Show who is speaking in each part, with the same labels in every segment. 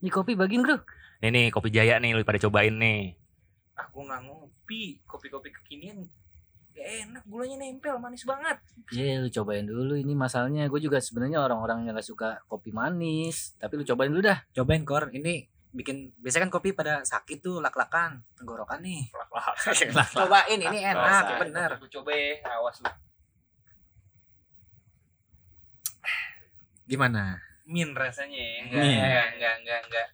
Speaker 1: Ini kopi bagiin bro.
Speaker 2: Nih nih kopi jaya nih lu pada cobain nih.
Speaker 3: Aku nggak ngopi, kopi-kopi kekinian nggak enak gulanya nempel manis banget.
Speaker 1: Iya lu cobain dulu ini masalahnya gue juga sebenarnya orang-orang yang gak suka kopi manis tapi lu cobain dulu dah
Speaker 4: Cobain Kor, ini bikin biasanya kan kopi pada sakit tuh lak-lakan tenggorokan nih. Cobain ini enak,
Speaker 3: Rasain.
Speaker 4: bener.
Speaker 3: Aku coba ya, awas lu.
Speaker 4: Gimana?
Speaker 3: Min rasanya ya, enggak,
Speaker 5: Min.
Speaker 3: enggak, enggak, enggak, enggak.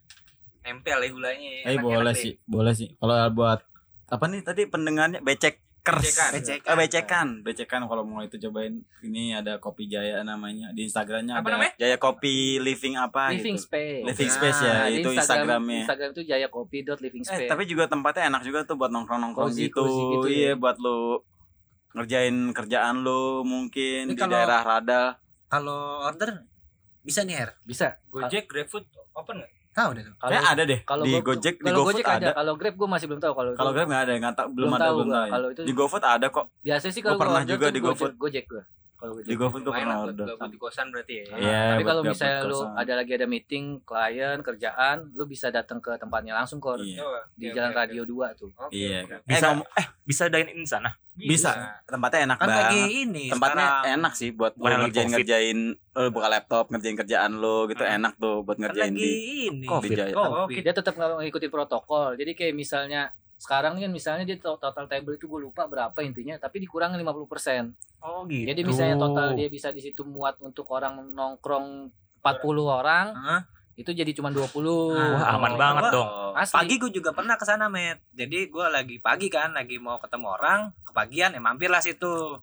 Speaker 3: Nempel ya gulanya ya.
Speaker 1: Iya,
Speaker 5: Eh
Speaker 3: enak-enak
Speaker 5: boleh
Speaker 3: deh.
Speaker 5: sih, boleh sih. Kalau buat apa nih tadi pendengarnya becek kers.
Speaker 3: Becekan.
Speaker 4: Becekan.
Speaker 5: Eh, becekan. Becekan kalau mau itu cobain ini ada kopi Jaya namanya di Instagramnya
Speaker 3: Apa
Speaker 5: ada
Speaker 3: namanya?
Speaker 5: Jaya Kopi Living apa
Speaker 1: Living
Speaker 5: gitu.
Speaker 1: Space.
Speaker 5: Living Space ya,
Speaker 1: Nah, di
Speaker 5: itu Instagramnya.
Speaker 1: Instagram itu jayakopi.livingspace.
Speaker 5: Eh, tapi juga tempatnya enak juga tuh buat nongkrong-nongkrong
Speaker 1: Cozy,
Speaker 5: gitu.
Speaker 1: cozy gitu ya.
Speaker 5: Iya, buat lu ngerjain kerjaan lu mungkin
Speaker 4: Ini
Speaker 5: di
Speaker 4: kalau-
Speaker 5: daerah radal.
Speaker 4: Kalau order bisa nih, Er.
Speaker 1: bisa.
Speaker 3: Gojek, GrabFood, open nggak?
Speaker 4: Tahu deh tuh.
Speaker 1: Kalau
Speaker 5: Kayaknya ada deh.
Speaker 1: kalau
Speaker 5: di
Speaker 1: Go-
Speaker 5: Gojek, di
Speaker 1: kalau
Speaker 5: GoFood
Speaker 1: Gojek
Speaker 5: ada.
Speaker 1: ada. Kalau Grab gue masih belum tahu kalau
Speaker 5: Kalau Grab nggak ada, nggak tahu belum, ada
Speaker 1: tahu
Speaker 5: belum
Speaker 1: gua.
Speaker 5: tahu. ya.
Speaker 1: Kalau itu
Speaker 5: Di GoFood ada kok.
Speaker 1: biasa sih
Speaker 5: Gua
Speaker 1: kalau gua
Speaker 5: pernah
Speaker 1: order
Speaker 5: juga
Speaker 1: tuh
Speaker 5: di
Speaker 1: Gojek-
Speaker 5: GoFood.
Speaker 1: Gojek gue. Kalau Gojek.
Speaker 5: Di GoFood tuh
Speaker 3: Lumayan
Speaker 5: pernah
Speaker 3: lah buat
Speaker 5: order.
Speaker 3: buat- buat di kosan berarti ya.
Speaker 5: Iya,
Speaker 1: tapi
Speaker 5: buat
Speaker 1: kalau
Speaker 5: dapet
Speaker 1: misalnya lu
Speaker 5: kosan.
Speaker 1: ada lagi ada meeting klien kerjaan lu bisa datang ke tempatnya langsung kok
Speaker 5: Iya.
Speaker 3: Oh,
Speaker 1: di
Speaker 3: oke,
Speaker 1: Jalan
Speaker 3: oke, oke.
Speaker 1: Radio 2 tuh
Speaker 3: Oke,
Speaker 5: Iya.
Speaker 3: oke.
Speaker 4: Eh,
Speaker 1: Eh,
Speaker 5: Bisa
Speaker 2: Bisa- Bisa dine in sana.
Speaker 5: bisa. Tempatnya enak
Speaker 4: Kan
Speaker 5: banget.
Speaker 4: lagi ini
Speaker 5: Iya. Tempatnya
Speaker 4: sekarang.
Speaker 5: enak sih buat lu
Speaker 2: Bukan lagi
Speaker 5: ngerjain
Speaker 2: Covid.
Speaker 5: ngerjain lu eh, buka laptop, ngerjain kerjaan lu gitu
Speaker 3: Hmm.
Speaker 5: enak tuh buat
Speaker 4: Kan
Speaker 5: ngerjain
Speaker 4: lagi
Speaker 5: di
Speaker 4: ini.
Speaker 5: Covid. Jaya.
Speaker 3: Oh,
Speaker 4: Covid.
Speaker 1: dia tetap nggak ngikutin protokol jadi kayak misalnya sekarang kan misalnya dia to- total table itu gue lupa berapa intinya tapi dikurangin 50%
Speaker 2: Oh gitu.
Speaker 1: jadi misalnya total dia bisa di situ muat untuk orang nongkrong 40 orang
Speaker 4: Hah?
Speaker 1: itu jadi cuma 20
Speaker 4: Wah,
Speaker 2: aman
Speaker 1: Oh.
Speaker 2: banget
Speaker 4: Gua-
Speaker 2: dong.
Speaker 1: asli
Speaker 4: Pagi gue juga pernah ke sana, Met. Jadi gue lagi pagi kan, lagi mau ketemu orang, kepagian ya mampirlah situ.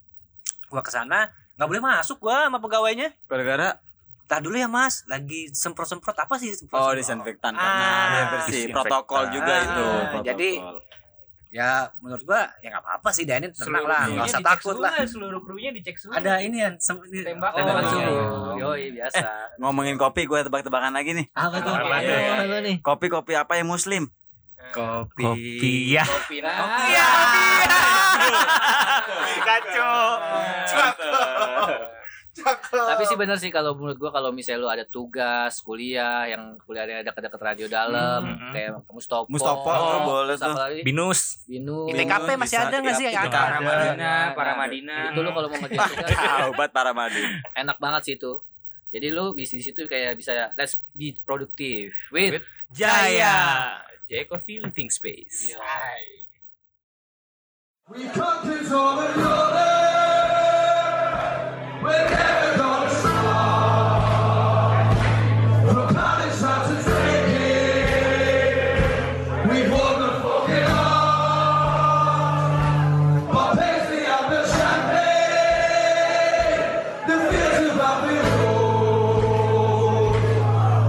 Speaker 4: Gua ke sana, nggak boleh masuk gua sama pegawainya.
Speaker 5: gara-gara
Speaker 4: Tah dulu ya, Mas. Lagi semprot-semprot apa sih?
Speaker 5: oh
Speaker 4: semprot-semprot?
Speaker 5: disinfektan
Speaker 4: Ah.
Speaker 5: karena biar bersih.
Speaker 2: Disinfektan.
Speaker 5: Protokol juga
Speaker 4: Ah,
Speaker 5: itu. protokol.
Speaker 4: jadi- Ya, menurut gua ya nggak apa-apa sih, Danin. Tenang
Speaker 3: Seluruh
Speaker 4: lah,
Speaker 3: krunya
Speaker 4: nggak usah
Speaker 3: dicek
Speaker 4: takut
Speaker 3: semua,
Speaker 4: lah.
Speaker 3: Seluruh krunya dicek semua.
Speaker 4: Ada ini ya, sem- ini-
Speaker 3: Tembakan.
Speaker 4: tembakan
Speaker 1: Oh,
Speaker 4: suruh.
Speaker 1: oh, yoi biasa.
Speaker 5: ngomongin kopi gue tebak-tebakan lagi nih.
Speaker 4: Apa tuh? Iya.
Speaker 3: Apa
Speaker 4: Ayo,
Speaker 3: tuh?
Speaker 4: ayo nih.
Speaker 5: Kopi-kopi apa yang muslim?
Speaker 4: Kopi.
Speaker 2: Kopi ya.
Speaker 3: Kopi nah.
Speaker 1: Kopi
Speaker 4: ya, Iya.
Speaker 2: Kacau.
Speaker 1: Tapi sih bener sih kalau menurut gua kalau misalnya lu ada tugas kuliah yang kuliahnya dekat-dekat radio dalam
Speaker 2: Hmm, hmm.
Speaker 1: kayak Mustopo.
Speaker 5: Mustopo tuh boleh
Speaker 1: terus apa
Speaker 5: tuh.
Speaker 1: lagi?
Speaker 2: Binus.
Speaker 1: Binu.
Speaker 4: ITKP masih
Speaker 5: Bisa,
Speaker 4: ada nggak sih?
Speaker 5: iya,
Speaker 4: Ya,
Speaker 5: ITKP.
Speaker 4: Para Madina.
Speaker 3: para Madina.
Speaker 1: Itu lu kalau mau ngerjain tugas
Speaker 5: Ah, Obat para madu.
Speaker 1: enak banget sih itu. Jadi lu bisa di situ kayak bisa let's be productive with
Speaker 3: Jaya. Jaya Coffee Living Space.
Speaker 6: We come to Tom and Jordan. We're never gonna stop. From Palestine to Turkey, we won the fucking heart. But Paisley and the champagne, the fields of Babylon.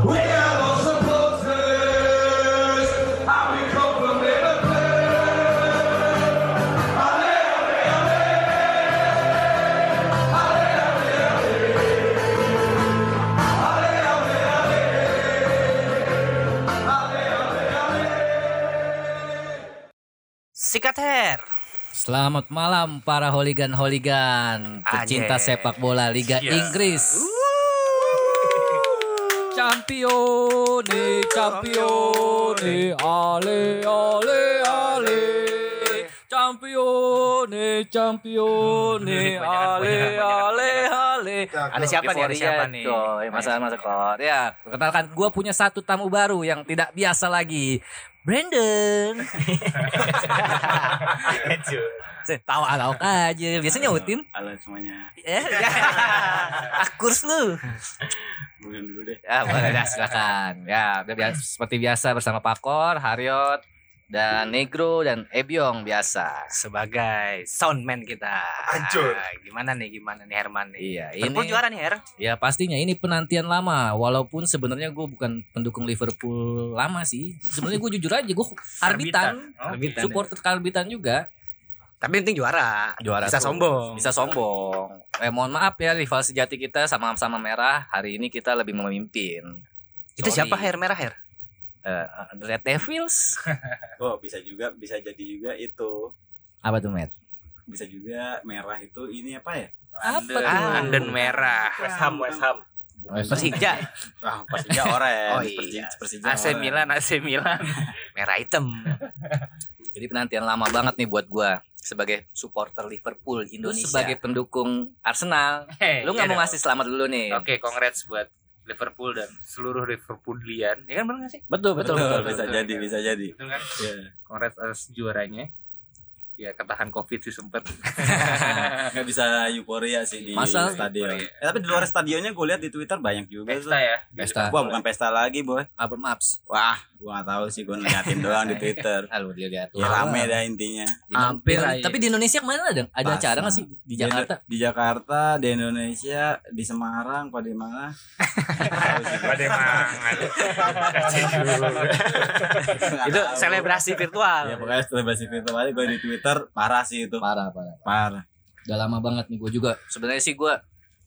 Speaker 6: We are all supporters, and we come from Liverpool.
Speaker 4: Sikat hair.
Speaker 1: Selamat malam para holigan-holigan
Speaker 4: pecinta sepak
Speaker 1: bola Liga Inggris. Campione, campione, ale, ale, ale. Campione, campione, ale, ale, ale. Ada siapa nih? Ada
Speaker 3: Euforia
Speaker 1: siapa nih? Masa masa kor. Ya, kenalkan gue punya satu tamu baru yang tidak biasa lagi. Brandon. Tahu tahu aja. Biasanya utim.
Speaker 5: Halo semuanya.
Speaker 1: Eh, ya. Akurs lu.
Speaker 5: Bukan dulu deh.
Speaker 1: Ya, boleh dah silakan. Ya, udah biasa, seperti biasa bersama Pakor, Haryot, dan Negro dan Ebyong biasa.
Speaker 4: Sebagai soundman kita.
Speaker 6: Hancur.
Speaker 4: Ah, Gimana nih, gimana nih Herman nih?
Speaker 1: Iya, ini
Speaker 4: Liverpool juara nih, Her.
Speaker 1: ya pastinya ini penantian lama walaupun sebenarnya gue bukan pendukung Liverpool lama sih. Sebenarnya gue jujur aja gue karbitan,
Speaker 3: Oh, iya.
Speaker 4: Karbitan.
Speaker 1: supporter karbitan ya. juga.
Speaker 4: Tapi yang penting juara.
Speaker 1: Juara
Speaker 4: Bisa
Speaker 1: tuh.
Speaker 4: sombong.
Speaker 1: Bisa sombong. Eh mohon maaf ya rival sejati kita sama-sama merah hari ini kita lebih memimpin.
Speaker 4: Itu
Speaker 1: Sorry.
Speaker 4: siapa Her merah Her?
Speaker 1: Eh, Red Devils.
Speaker 5: Oh, bisa juga bisa jadi juga itu.
Speaker 1: Apa tuh, Matt?
Speaker 5: Bisa juga merah itu ini apa ya?
Speaker 1: Apa tuh?
Speaker 4: Ah, Anden merah.
Speaker 3: West Ham, West Ham.
Speaker 4: Persija.
Speaker 5: Ah, Persija orange.
Speaker 4: Oh iya.
Speaker 5: Persija, Persija
Speaker 4: AC
Speaker 5: orange.
Speaker 4: Milan, AC Milan. Merah hitam.
Speaker 1: Jadi penantian lama banget nih buat gua sebagai supporter Liverpool Indonesia.
Speaker 4: Indonesia.
Speaker 1: sebagai pendukung Arsenal,
Speaker 3: Hei,
Speaker 1: lu nggak
Speaker 3: iya
Speaker 1: mau
Speaker 3: dong.
Speaker 1: ngasih selamat dulu nih.
Speaker 3: Oke, congrats buat Liverpool dan seluruh Liverpoolian. Ya kan benar nggak sih?
Speaker 1: Betul,
Speaker 5: Betul,
Speaker 1: betul,
Speaker 5: betul,
Speaker 1: betul.
Speaker 5: bisa
Speaker 3: betul,
Speaker 5: jadi,
Speaker 3: betul.
Speaker 5: bisa jadi.
Speaker 3: Betul kan?
Speaker 5: Iya.
Speaker 3: Congrats atas juaranya. Ya ketahan Covid sih sempet.
Speaker 5: Nggak bisa euforia sih di
Speaker 1: Masa? Iya.
Speaker 5: stadion.
Speaker 3: Euforia.
Speaker 5: Eh, tapi di luar stadionnya gue lihat di Twitter banyak juga
Speaker 3: Pesta
Speaker 5: tuh.
Speaker 3: ya.
Speaker 1: Pesta.
Speaker 5: Wah, bukan pesta lagi, Boy.
Speaker 1: Apa maps?
Speaker 5: Wah, gua gak tahu sih, gua ngeliatin doang di Twitter.
Speaker 1: Ah, lu dia lihat.
Speaker 5: Ya rame dah intinya.
Speaker 1: Di-
Speaker 3: Iya.
Speaker 1: ya.
Speaker 3: Hampir
Speaker 1: di-
Speaker 3: aja.
Speaker 1: Tapi di Indonesia kemana ada? Ada
Speaker 5: Basah.
Speaker 1: acara nggak sih di Jakarta?
Speaker 5: Di Jakarta, di Indonesia, di Semarang, pada di mana?
Speaker 2: Pada mangan.
Speaker 4: Itu
Speaker 3: Iya.
Speaker 4: selebrasi
Speaker 5: Ya
Speaker 4: virtual.
Speaker 5: pokoknya selebrasi virtual aja gue di Twitter parah sih itu.
Speaker 1: Parah, parah.
Speaker 5: Parah.
Speaker 1: Udah lama banget nih gua juga. Sebenarnya sih gua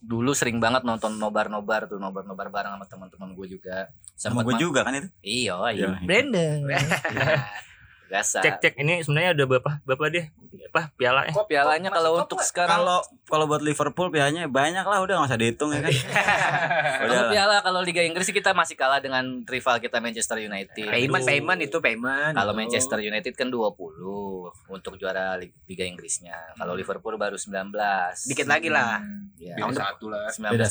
Speaker 1: dulu sering banget nonton nobar-nobar tuh nobar-nobar bareng sama teman-teman gua juga.
Speaker 5: Sama
Speaker 1: gua
Speaker 5: gue juga kan itu.
Speaker 1: Iya,
Speaker 5: Iya.
Speaker 1: iya. Brandon. Biasa.
Speaker 2: Cek cek ini sebenarnya ada berapa berapa dia? Apa piala ya?
Speaker 1: Kok pialanya kalau untuk sekarang
Speaker 5: Kalau kalau buat Liverpool pialanya banyak lah udah nggak usah dihitung ya kan. udah
Speaker 1: kalau
Speaker 5: lah.
Speaker 1: piala kalau Liga Inggris sih kita masih kalah dengan rival kita Manchester United.
Speaker 4: Payment, payment itu payment.
Speaker 1: Kalau
Speaker 4: Itu.
Speaker 1: Manchester United kan 20 untuk juara Lig- Liga Inggrisnya. Kalau Liverpool baru 19.
Speaker 4: Dikit lagi lah.
Speaker 1: Ya,
Speaker 3: Beda satu lah.
Speaker 1: 19
Speaker 5: Beda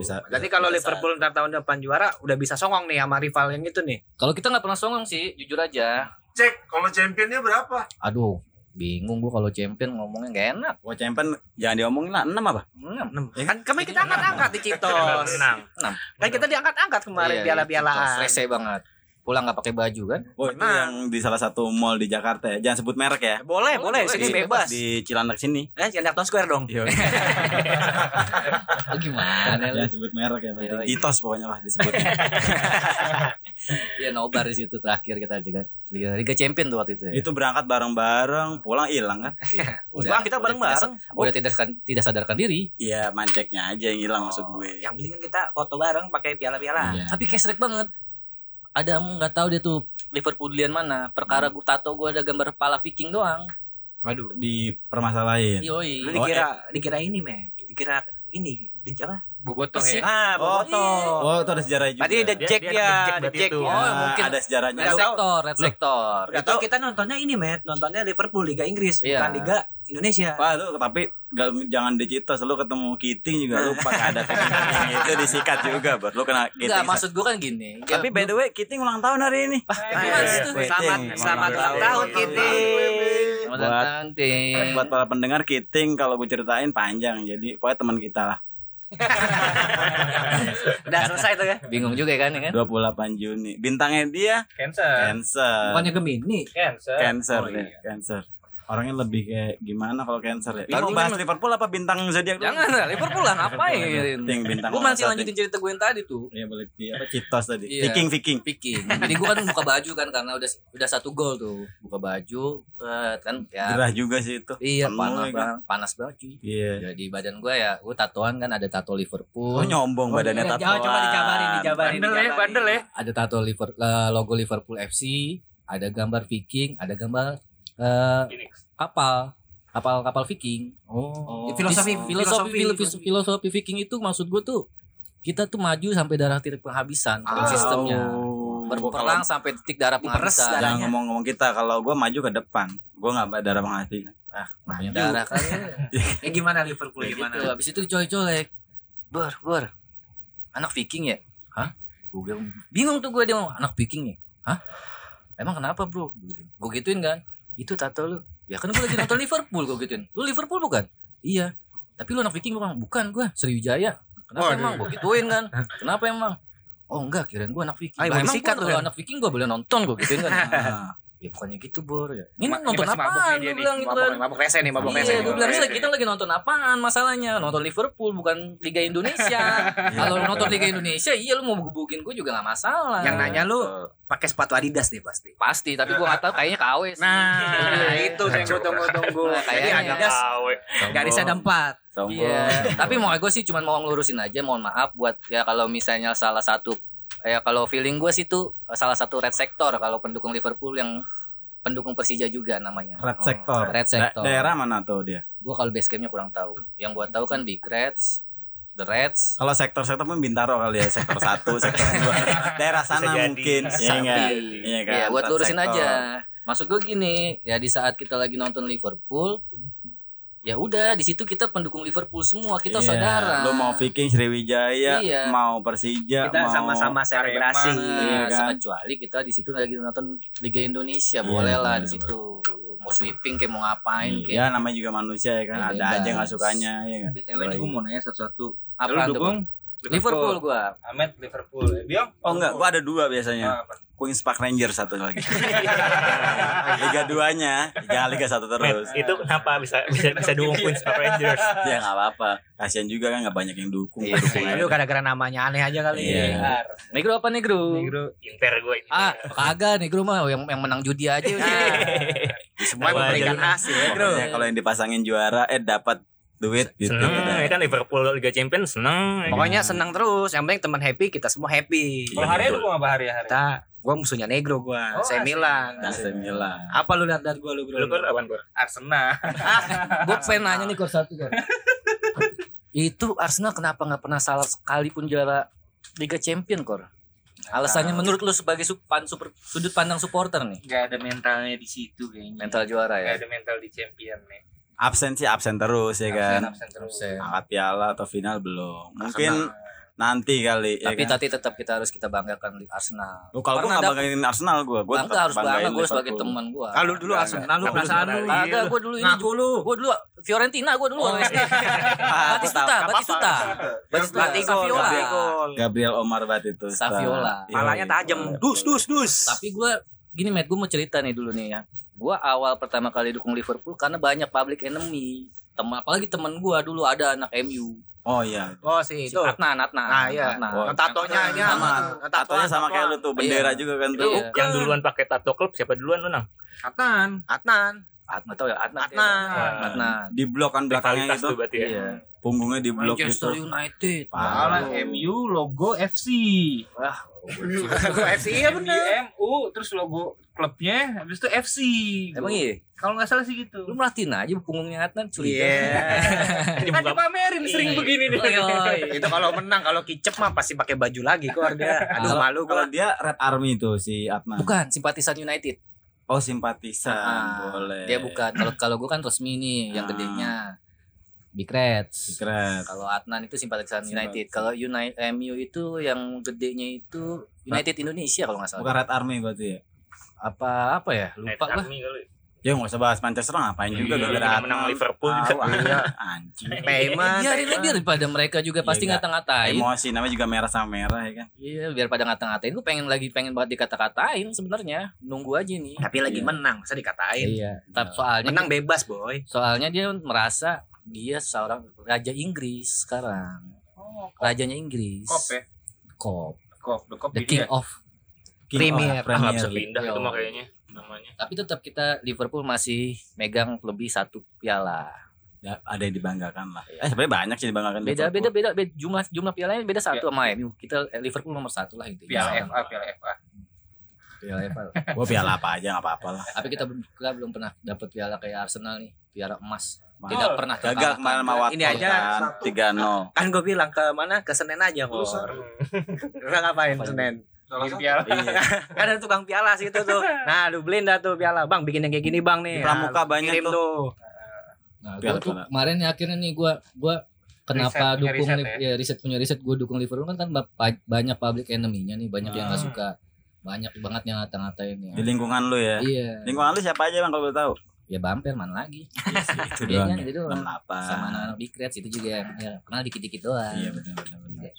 Speaker 1: 20.
Speaker 5: bisa.
Speaker 4: Berarti kalau
Speaker 1: Biasa.
Speaker 4: Liverpool ntar tahun depan juara udah bisa songong nih sama rival yang itu nih.
Speaker 1: Kalau kita nggak pernah songong sih, jujur aja.
Speaker 6: Cek, kalau championnya berapa?
Speaker 1: Aduh, bingung gua kalau champion ngomongnya nggak enak.
Speaker 5: Wah champion jangan diomongin lah enam apa? Ya
Speaker 1: Hmm,
Speaker 4: Kan kemarin kita angkat-angkat di Citos.
Speaker 2: Tenang.
Speaker 4: Kan kita diangkat-angkat kemarin
Speaker 1: iya, gitu.
Speaker 4: piala-pialaan.
Speaker 1: Rese banget. Pulang nggak pakai baju kan?
Speaker 5: Oh, itu
Speaker 4: Menang.
Speaker 5: yang di salah satu mall di Jakarta ya. Jangan sebut merek ya.
Speaker 4: Boleh, boleh,
Speaker 1: Boleh,
Speaker 4: sini
Speaker 1: boleh.
Speaker 4: bebas.
Speaker 5: Di Cilandak sini.
Speaker 4: Eh, jangan Town Square dong.
Speaker 1: Lu Ah, gimana lu?
Speaker 5: Nah, Jangan sebut merek ya.
Speaker 1: Iya, iya.
Speaker 5: Citos pokoknya lah disebutnya.
Speaker 1: Iya nobar di situ terakhir kita Liga, Liga, Liga Champion tuh waktu itu. Ya.
Speaker 5: itu berangkat bareng-bareng, pulang hilang kan?
Speaker 4: Udah, kita bareng-bareng.
Speaker 1: Udah, tidak sadarkan, tidak sadarkan diri.
Speaker 5: Iya, manceknya aja yang hilang maksud
Speaker 4: Oh,
Speaker 5: gue.
Speaker 4: Yang penting kan kita foto bareng pakai piala-piala.
Speaker 5: Iya.
Speaker 1: Tapi kesrek banget. Ada yang nggak tahu dia tuh Liverpoolian mana. Perkara gua tato gua ada gambar kepala Viking doang.
Speaker 3: Waduh.
Speaker 5: Dipermasalahin.
Speaker 4: Iya.
Speaker 1: Yoi.
Speaker 4: Lu dikira dikira ini, men. Dikira ini di apa?
Speaker 3: Bobot tuh
Speaker 1: Persi-
Speaker 3: ya.
Speaker 4: Ah,
Speaker 5: Oh,
Speaker 4: foto.
Speaker 5: Oh, itu ada sejarahnya juga.
Speaker 4: Berarti ada Jack
Speaker 2: dia
Speaker 4: ya,
Speaker 2: ada Jack
Speaker 4: ada
Speaker 2: berarti
Speaker 4: Jack
Speaker 2: itu.
Speaker 4: ya.
Speaker 1: Oh,
Speaker 5: Ya,
Speaker 1: mungkin.
Speaker 5: ada sejarahnya.
Speaker 1: Red
Speaker 5: Lu-
Speaker 1: sektor, red sektor.
Speaker 4: Udah tau kita nontonnya ini, Matt. Nontonnya Liverpool Liga Inggris,
Speaker 1: Iya.
Speaker 4: bukan Liga Indonesia.
Speaker 5: Wah, lu tapi gak, jangan di Citos lu ketemu kiting juga lu pakai ada kiting itu disikat juga, buat lu kena kiting.
Speaker 1: Enggak, maksud gua kan gini.
Speaker 5: Tapi by the way, kiting ulang tahun hari ini.
Speaker 4: Nah,
Speaker 1: iya,
Speaker 4: itu.
Speaker 5: iya.
Speaker 4: selamat
Speaker 5: Wedding.
Speaker 4: selamat ulang
Speaker 5: Wedding.
Speaker 4: tahun
Speaker 5: Wedding.
Speaker 4: kita.
Speaker 1: Selamat
Speaker 5: buat-
Speaker 1: datang, Tin.
Speaker 5: Buat para pendengar kiting kalau gue ceritain panjang. Jadi pokoknya teman kita lah.
Speaker 4: Udah selesai tuh ya.
Speaker 1: Bingung juga kan, ya kan?
Speaker 5: 28 Juni. Bintangnya dia
Speaker 3: Cancer.
Speaker 5: Cancer.
Speaker 4: Bukannya Gemini.
Speaker 3: Cancer.
Speaker 5: Cancer
Speaker 3: Oh,
Speaker 5: deh,
Speaker 3: iya.
Speaker 5: Cancer. Orangnya lebih kayak gimana kalau Cancer ya?
Speaker 1: Tapi
Speaker 5: Tapi mau
Speaker 1: mungkin-
Speaker 5: bahas Liverpool apa bintang zodiak dulu?
Speaker 1: Jangan lah, Liverpool lah ngapain?
Speaker 5: Ting bintang.
Speaker 1: Gua masih
Speaker 5: satu.
Speaker 1: lanjutin cerita gue yang tadi tuh.
Speaker 5: Iya boleh di apa Citos tadi.
Speaker 1: Iya.
Speaker 5: Viking Viking.
Speaker 1: Viking. Jadi gua kan buka baju kan karena udah udah satu gol tuh. Buka baju eh, kan ya.
Speaker 5: Gerah juga sih itu.
Speaker 1: Iya,
Speaker 5: Penuh,
Speaker 1: panas
Speaker 5: ya kan?
Speaker 1: banget, panas banget cuy.
Speaker 5: Iya.
Speaker 1: Jadi badan gue ya, gue tatoan kan ada tato Liverpool,
Speaker 5: Oh nyombong badannya
Speaker 4: Coba-
Speaker 5: tatoan.
Speaker 4: Coba dijabarin, dijabarin.
Speaker 3: Bandel ya,
Speaker 4: dijabarin.
Speaker 3: bandel ya.
Speaker 1: ada tato Liver, eh, logo Liverpool FC, ada gambar Viking, ada gambar eh, kapal, kapal kapal Viking.
Speaker 5: Oh.
Speaker 4: Di Filosofi,
Speaker 1: Dis-
Speaker 4: filosofi,
Speaker 1: filosofi, filosofi, filosofi Viking itu maksud gue tuh kita tuh maju sampai darah titik penghabisan kalau
Speaker 4: Ah.
Speaker 1: sistemnya.
Speaker 5: Oh.
Speaker 1: Berperang sampai titik darah
Speaker 4: Diperes
Speaker 1: penghabisan.
Speaker 5: Jangan
Speaker 4: darahnya.
Speaker 5: ngomong-ngomong kita kalau gua maju ke depan, gua nggak ada darah menghati.
Speaker 1: Namanya darah kan.
Speaker 4: Ya gimana Liverpool
Speaker 1: Kayak
Speaker 4: gimana?
Speaker 1: gitu. Habis itu dicolek-colek. Ber, ber. Anak Viking ya? Hah? Gue bilang, bingung tuh gue dia ngomong, anak Viking ya? Hah? Emang kenapa bro? Gue gituin kan. Itu tato lu. Ya kan gue lagi nonton Liverpool gue gituin. Lu Liverpool bukan? Iya. Tapi lu anak Viking bukan? Bukan gue. Sriwijaya. Kenapa emang? Gue gituin kan. Kenapa emang? Oh enggak, kirain gue anak Viking.
Speaker 4: Ay,
Speaker 1: Lah,
Speaker 4: mau
Speaker 1: emang
Speaker 4: disikat
Speaker 1: gua
Speaker 4: lu
Speaker 1: kalau
Speaker 4: kan?
Speaker 1: anak Viking gue boleh nonton gue gituin kan.
Speaker 5: Ah.
Speaker 1: ya bukannya gitu bor ya. Ini
Speaker 3: Ma-
Speaker 1: nonton
Speaker 3: masih mabok nih dia
Speaker 1: apaan? Gue
Speaker 3: nih.
Speaker 1: bilang gitu
Speaker 4: Mabok,
Speaker 1: kan.
Speaker 4: nih, mabok rese nih, mabok
Speaker 3: Mabok
Speaker 4: rese.
Speaker 1: Iya,
Speaker 3: rese.
Speaker 1: gue
Speaker 4: nih.
Speaker 1: bilang "Sel, kita lagi nonton apaan masalahnya Nonton Liverpool bukan Liga Indonesia
Speaker 4: Iya.
Speaker 1: Kalau lu nonton Liga Indonesia iya lu mau gebukin gue juga gak masalah
Speaker 4: Yang nanya lu pakai sepatu Adidas nih pasti.
Speaker 1: Pasti tapi gue gak tau kayaknya KW sih
Speaker 4: Nah,
Speaker 1: Iya.
Speaker 4: itu yang gue tunggu-tunggu.
Speaker 1: Nah,
Speaker 4: Jadi
Speaker 1: kayaknya.
Speaker 4: Adidas garis ada empat.
Speaker 5: Sombong.
Speaker 1: Iya Tapi mau gue sih cuma mau ngelurusin aja Mohon maaf buat ya kalau misalnya salah satu Ya kalau feeling gue sih tuh Salah satu red sector Kalau pendukung Liverpool yang Pendukung Persija juga namanya
Speaker 5: Red
Speaker 1: Red
Speaker 5: sector. Oh. Da-
Speaker 1: sector
Speaker 5: daerah mana tuh dia?
Speaker 1: Gue kalau base campnya kurang tahu Yang gue tahu kan di Krets the Reds
Speaker 5: Kalau sektor-sektor pun Bintaro kali ya, sektor satu, sektor dua, daerah
Speaker 2: Bisa
Speaker 5: sana
Speaker 2: jadi.
Speaker 5: mungkin. Iya enggak? Iya kan?
Speaker 1: Iya, buat lurusin
Speaker 5: Sektor.
Speaker 1: aja. Maksud gue gini, ya di saat kita lagi nonton Liverpool, ya udah di situ kita pendukung Liverpool semua, kita
Speaker 5: Iya.
Speaker 1: saudara.
Speaker 5: Lu mau Viking Sriwijaya,
Speaker 1: Iya.
Speaker 5: mau
Speaker 3: Ya
Speaker 5: Persija,
Speaker 4: Kita
Speaker 5: mau
Speaker 4: sama-sama selebrasi.
Speaker 1: Nah,
Speaker 5: Iya kan?
Speaker 1: kecuali kita di situ lagi nonton Liga Indonesia,
Speaker 5: Iya,
Speaker 1: boleh lah di
Speaker 5: bener.
Speaker 1: situ. Mau sweeping kayak mau ngapain kayak
Speaker 5: Ya namanya juga manusia ya
Speaker 1: Iya,
Speaker 5: kan, ada aja
Speaker 1: bebas.
Speaker 5: nggak sukanya ya nggak?
Speaker 3: BTW ini gue mau nanya satu-satu.
Speaker 1: apa
Speaker 3: Lu dukung
Speaker 1: Liverpool gua.
Speaker 3: Ahmed Liverpool. Eh, Biong?
Speaker 5: Oh enggak, gua ada dua
Speaker 3: Ah,
Speaker 5: biasanya.
Speaker 3: apa?
Speaker 5: Queens Park Rangers satu lagi. Liga duanya, jangan Liga satu terus.
Speaker 2: Matt, itu kenapa bisa bisa bisa dukung Queens Park Rangers?
Speaker 5: ya nggak apa-apa. Kasihan juga kan nggak banyak yang dukung.
Speaker 1: Iya,
Speaker 5: Dukung
Speaker 4: Itu
Speaker 5: aja.
Speaker 4: gara-gara namanya aneh aja kali.
Speaker 5: Iya.
Speaker 3: Ar.
Speaker 1: Negro apa negro?
Speaker 2: Inter gue ini.
Speaker 1: Ah, kagak negro mah yang yang menang judi aja. Ah. udah.
Speaker 5: Semua
Speaker 2: Apa
Speaker 5: memberikan
Speaker 2: aja.
Speaker 5: hasil ya, bro. Pokoknya kalau yang dipasangin juara eh dapat duit gitu.
Speaker 2: seneng,
Speaker 5: Udah.
Speaker 2: ya kan Liverpool Liga Champions seneng. ya kan?
Speaker 4: Pokoknya senang terus, yang penting teman happy, kita semua happy.
Speaker 5: Iya,
Speaker 3: Kalau hari
Speaker 5: betul.
Speaker 3: dukung apa hari hari?
Speaker 4: Kita gua musuhnya negro gua,
Speaker 3: Oh,
Speaker 4: saya
Speaker 3: asik.
Speaker 4: Milan.
Speaker 5: AC Milan.
Speaker 4: Apa lu lihat dari gua lu,
Speaker 2: Lu
Speaker 4: Bro?
Speaker 2: kan apaan Bro?
Speaker 3: Arsenal.
Speaker 1: Gue pengen nanya nih Kor satu Kor. Itu Arsenal kenapa nggak pernah salah sekalipun juara Liga Champion Kor? Alasannya
Speaker 5: Nah.
Speaker 1: menurut lu sebagai su- pan- super- sudut pandang supporter nih
Speaker 3: Gak ada mentalnya di situ kayaknya.
Speaker 1: mental juara
Speaker 3: Gak
Speaker 1: ya.
Speaker 5: Iya,
Speaker 3: ada mental di champion nih.
Speaker 5: Absen sih absen terus ya kan.
Speaker 3: Absen, absen terus.
Speaker 5: Angkat piala atau final belum. Mungkin nanti kali
Speaker 1: Nah, Tapi
Speaker 5: ya kan.
Speaker 1: tapi tetap kita harus kita banggakan di Arsenal.
Speaker 5: Lu kalau
Speaker 1: Pernah
Speaker 5: gua nggak
Speaker 1: dapet-
Speaker 5: banggain Arsenal gua, gua
Speaker 1: Bangga
Speaker 5: tetap
Speaker 1: harus bangga
Speaker 5: banggain
Speaker 1: gue sebagai
Speaker 5: Liverpool.
Speaker 1: teman gue.
Speaker 4: Kalau dulu
Speaker 5: Enggak,
Speaker 4: Arsenal lu
Speaker 2: enggak.
Speaker 4: perasaan lu.
Speaker 2: Enggak,
Speaker 1: Kagak
Speaker 5: iya.
Speaker 1: gue dulu
Speaker 5: Nah,
Speaker 1: ini.
Speaker 4: Ngaku lu.
Speaker 1: Gue dulu Fiorentina gue dulu.
Speaker 5: Ah, aku tahu.
Speaker 1: Batistuta,
Speaker 5: Oh, Nggak
Speaker 1: Batistuta. Batistuta,
Speaker 4: Batigol,
Speaker 1: Saviola.
Speaker 4: Batigol.
Speaker 5: Gabriel Omar Iya, Batistuta.
Speaker 1: Saviola.
Speaker 4: Malahnya tajam, dus dus dus.
Speaker 1: Tapi gue gini Matt, gue mau cerita nih dulu nih ya. Gue awal pertama kali dukung Liverpool karena banyak public enemy. Temen, apalagi temen gue dulu ada anak MU.
Speaker 5: Oh iya.
Speaker 4: Oh
Speaker 1: Si
Speaker 4: si itu.
Speaker 1: Atnan, Atnan.
Speaker 4: Ah, iya.
Speaker 1: Atnan.
Speaker 5: Oh,
Speaker 4: Yang tatonya ini
Speaker 1: Sama.
Speaker 4: sama.
Speaker 5: Tatonya sama kayak lu tuh bendera
Speaker 1: Iya.
Speaker 5: juga kan tuh.
Speaker 1: Iya.
Speaker 2: Yang duluan pakai tato klub siapa duluan lu nang?
Speaker 3: Katan.
Speaker 4: Atnan.
Speaker 1: Atnan tau ya Atnan.
Speaker 4: Atnan.
Speaker 1: kayaknya. Atnan.
Speaker 5: Di blok kan belakangnya
Speaker 2: Rivalitas
Speaker 5: gitu.
Speaker 2: tuh berarti ya.
Speaker 1: Iya.
Speaker 5: Punggungnya di blok
Speaker 1: Manchester
Speaker 5: gitu.
Speaker 1: United.
Speaker 5: Parah.
Speaker 3: Malah MU logo FC.
Speaker 1: Wah,
Speaker 4: Logo FC
Speaker 3: iya
Speaker 4: ya bener.
Speaker 3: MU terus logo klubnya habis itu FC.
Speaker 1: Emang iya?
Speaker 3: Kalau nggak salah sih gitu.
Speaker 1: Lu merhatiin aja punggungnya Atnan curiga.
Speaker 4: Iya.
Speaker 3: Kan dipamerin
Speaker 2: Iya.
Speaker 3: sering begini nih.
Speaker 4: itu kalau menang kalau kicep mah pasti pakai baju lagi kok dia. Aduh
Speaker 5: Kalau-
Speaker 4: malu
Speaker 5: Kalau
Speaker 4: gua.
Speaker 5: dia Red Army tuh si Atman.
Speaker 1: Bukan simpatisan United.
Speaker 5: Oh simpatisan
Speaker 1: Ah,
Speaker 5: boleh.
Speaker 1: Dia bukan. Kalau kalau gue kan resmi nih yang
Speaker 5: Ah.
Speaker 1: gedenya. Big Reds.
Speaker 5: Keren.
Speaker 1: Kalau Adnan itu simpatisan
Speaker 5: Simpatisan.
Speaker 1: United. Kalau United MU itu yang gedenya itu United Indonesia kalau nggak salah.
Speaker 5: Bukan Red Army berarti ya.
Speaker 1: Apa apa ya? Lupa
Speaker 2: United
Speaker 1: gue.
Speaker 2: Army kali.
Speaker 5: Ya nggak usah bahas Manchester ngapain juga
Speaker 2: Iya,
Speaker 5: gara-gara
Speaker 2: yang menang Liverpool juga.
Speaker 5: juga. Anjing.
Speaker 4: Payment.
Speaker 1: Eh, Biarin aja biar pada mereka juga
Speaker 5: Iya,
Speaker 1: pasti
Speaker 5: nggak.
Speaker 1: ngata-ngatain.
Speaker 5: Emosi namanya juga merah sama merah ya kan.
Speaker 1: Iya, biar pada ngata-ngatain. Gue pengen lagi pengen banget dikata-katain sebenarnya. Nunggu aja nih.
Speaker 4: Tapi lagi
Speaker 5: Iya.
Speaker 4: menang, masa dikatain.
Speaker 1: Iya.
Speaker 5: Nah,
Speaker 1: Tapi soalnya
Speaker 4: Menang bebas, boy.
Speaker 1: soalnya dia merasa dia seorang raja Inggris sekarang.
Speaker 3: Oh, kop,
Speaker 1: Rajanya Inggris.
Speaker 3: kop ya.
Speaker 1: Kop.
Speaker 3: Kop, the kop
Speaker 1: The
Speaker 3: ini
Speaker 1: King
Speaker 3: ya.
Speaker 1: of.
Speaker 4: Premier.
Speaker 2: Ah, nggak
Speaker 5: of Premier
Speaker 2: bisa
Speaker 5: League.
Speaker 2: pindah itu
Speaker 1: Yo.
Speaker 2: mah kayaknya namanya.
Speaker 1: Tapi tetap kita Liverpool masih megang lebih satu piala.
Speaker 5: Ya, ada yang dibanggakan lah. Eh sebenarnya banyak sih yang dibanggakan.
Speaker 1: beda
Speaker 5: Liverpool.
Speaker 1: beda beda beda- jumlah jumlah pialanya beda satu sama MU kita eh, Liverpool nomor satu lah gitu
Speaker 3: Piala FA, Piala FA.
Speaker 1: piala FA lah.
Speaker 5: Gua piala apa aja nggak apa-apa lah.
Speaker 1: tapi kita belum kita belum pernah dapat piala kayak Arsenal nih piala emas
Speaker 5: Mahal.
Speaker 1: tidak pernah
Speaker 5: Gagal
Speaker 1: terkalahkan.
Speaker 5: kemarin sama Watford
Speaker 4: Ini aja,
Speaker 5: kan,
Speaker 6: satu.
Speaker 5: 3-0.
Speaker 4: Kan gue bilang ke mana? Ke Senen aja kok. Lu ngapain
Speaker 1: Apa
Speaker 4: Senen?
Speaker 3: Salah satu. Piala.
Speaker 5: Iya.
Speaker 4: Kan ada tukang piala situ tuh. Nah, lu beliin dah tuh piala. Bang, bikin yang kayak gini, Bang
Speaker 5: Di
Speaker 4: nih.
Speaker 5: Pramuka
Speaker 4: Nah,
Speaker 5: banyak
Speaker 4: kirim
Speaker 5: tuh.
Speaker 4: tuh.
Speaker 1: nah,
Speaker 5: Piala
Speaker 1: gua tuh
Speaker 5: pernah.
Speaker 1: kemarin nih akhirnya nih gue gua
Speaker 3: Riset
Speaker 1: kenapa
Speaker 3: punya
Speaker 1: dukung
Speaker 3: riset
Speaker 1: Liv- ya, riset punya riset gue dukung Liverpool kan kan ba- banyak public enemy-nya nih banyak yang nggak
Speaker 3: Ah.
Speaker 1: suka banyak banget yang ngata-ngatain ya.
Speaker 5: Di lingkungan lu ya.
Speaker 1: iya
Speaker 5: Lingkungan lu siapa aja bang kalau boleh tahu?
Speaker 1: ya bumper mana lagi
Speaker 5: Iya sih, itu
Speaker 1: Iya
Speaker 5: doang.
Speaker 1: kan, itu doang. sama
Speaker 5: Kenapa?
Speaker 1: anak-anak big Reds itu juga ya, kenal dikit-dikit doang
Speaker 5: Ah. Iya benar benar benar.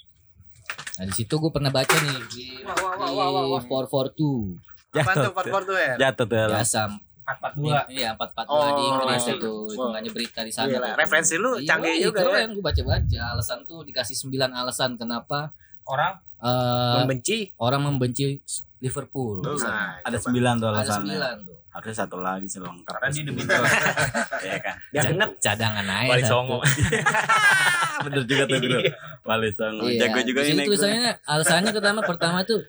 Speaker 1: Nah di situ gue pernah baca nih di
Speaker 3: Wah, wah, wah, wah, wah, wah.
Speaker 1: di four four two
Speaker 4: Apa
Speaker 5: Jatuh.
Speaker 4: tuh 442 ya?
Speaker 5: Jatuh tuh ya. lah.
Speaker 1: biasa
Speaker 3: Empat empat dua.
Speaker 1: iya empat empat
Speaker 4: Oh,
Speaker 1: di Inggris
Speaker 4: iya.
Speaker 1: itu itu makanya berita di sana
Speaker 4: Gila,
Speaker 1: tuh.
Speaker 4: referensi lu
Speaker 1: Iya,
Speaker 4: canggih
Speaker 1: iya,
Speaker 4: juga ya.
Speaker 1: keren gue baca baca alasan tuh dikasih sembilan alasan kenapa
Speaker 3: Orang
Speaker 1: eh,
Speaker 4: Membenci.
Speaker 1: orang membenci Liverpool di sana.
Speaker 4: Nah,
Speaker 5: Ada
Speaker 4: coba.
Speaker 5: sembilan tuh
Speaker 1: ada
Speaker 5: alasannya.
Speaker 1: sembilan tuh
Speaker 5: Harusnya satu lagi sih
Speaker 4: Kan
Speaker 5: lengkap.
Speaker 3: karena dia demi
Speaker 5: Iya kan.
Speaker 4: Biar
Speaker 1: Cad-
Speaker 4: genep.
Speaker 1: cadangan aja
Speaker 2: Wali
Speaker 1: satu.
Speaker 2: Songo.
Speaker 5: Bener juga tuh bro. Wali Songo.
Speaker 1: Iya,
Speaker 5: Jago juga
Speaker 1: di sini
Speaker 5: ini. gua.
Speaker 1: tulisannya alasannya pertama pertama tuh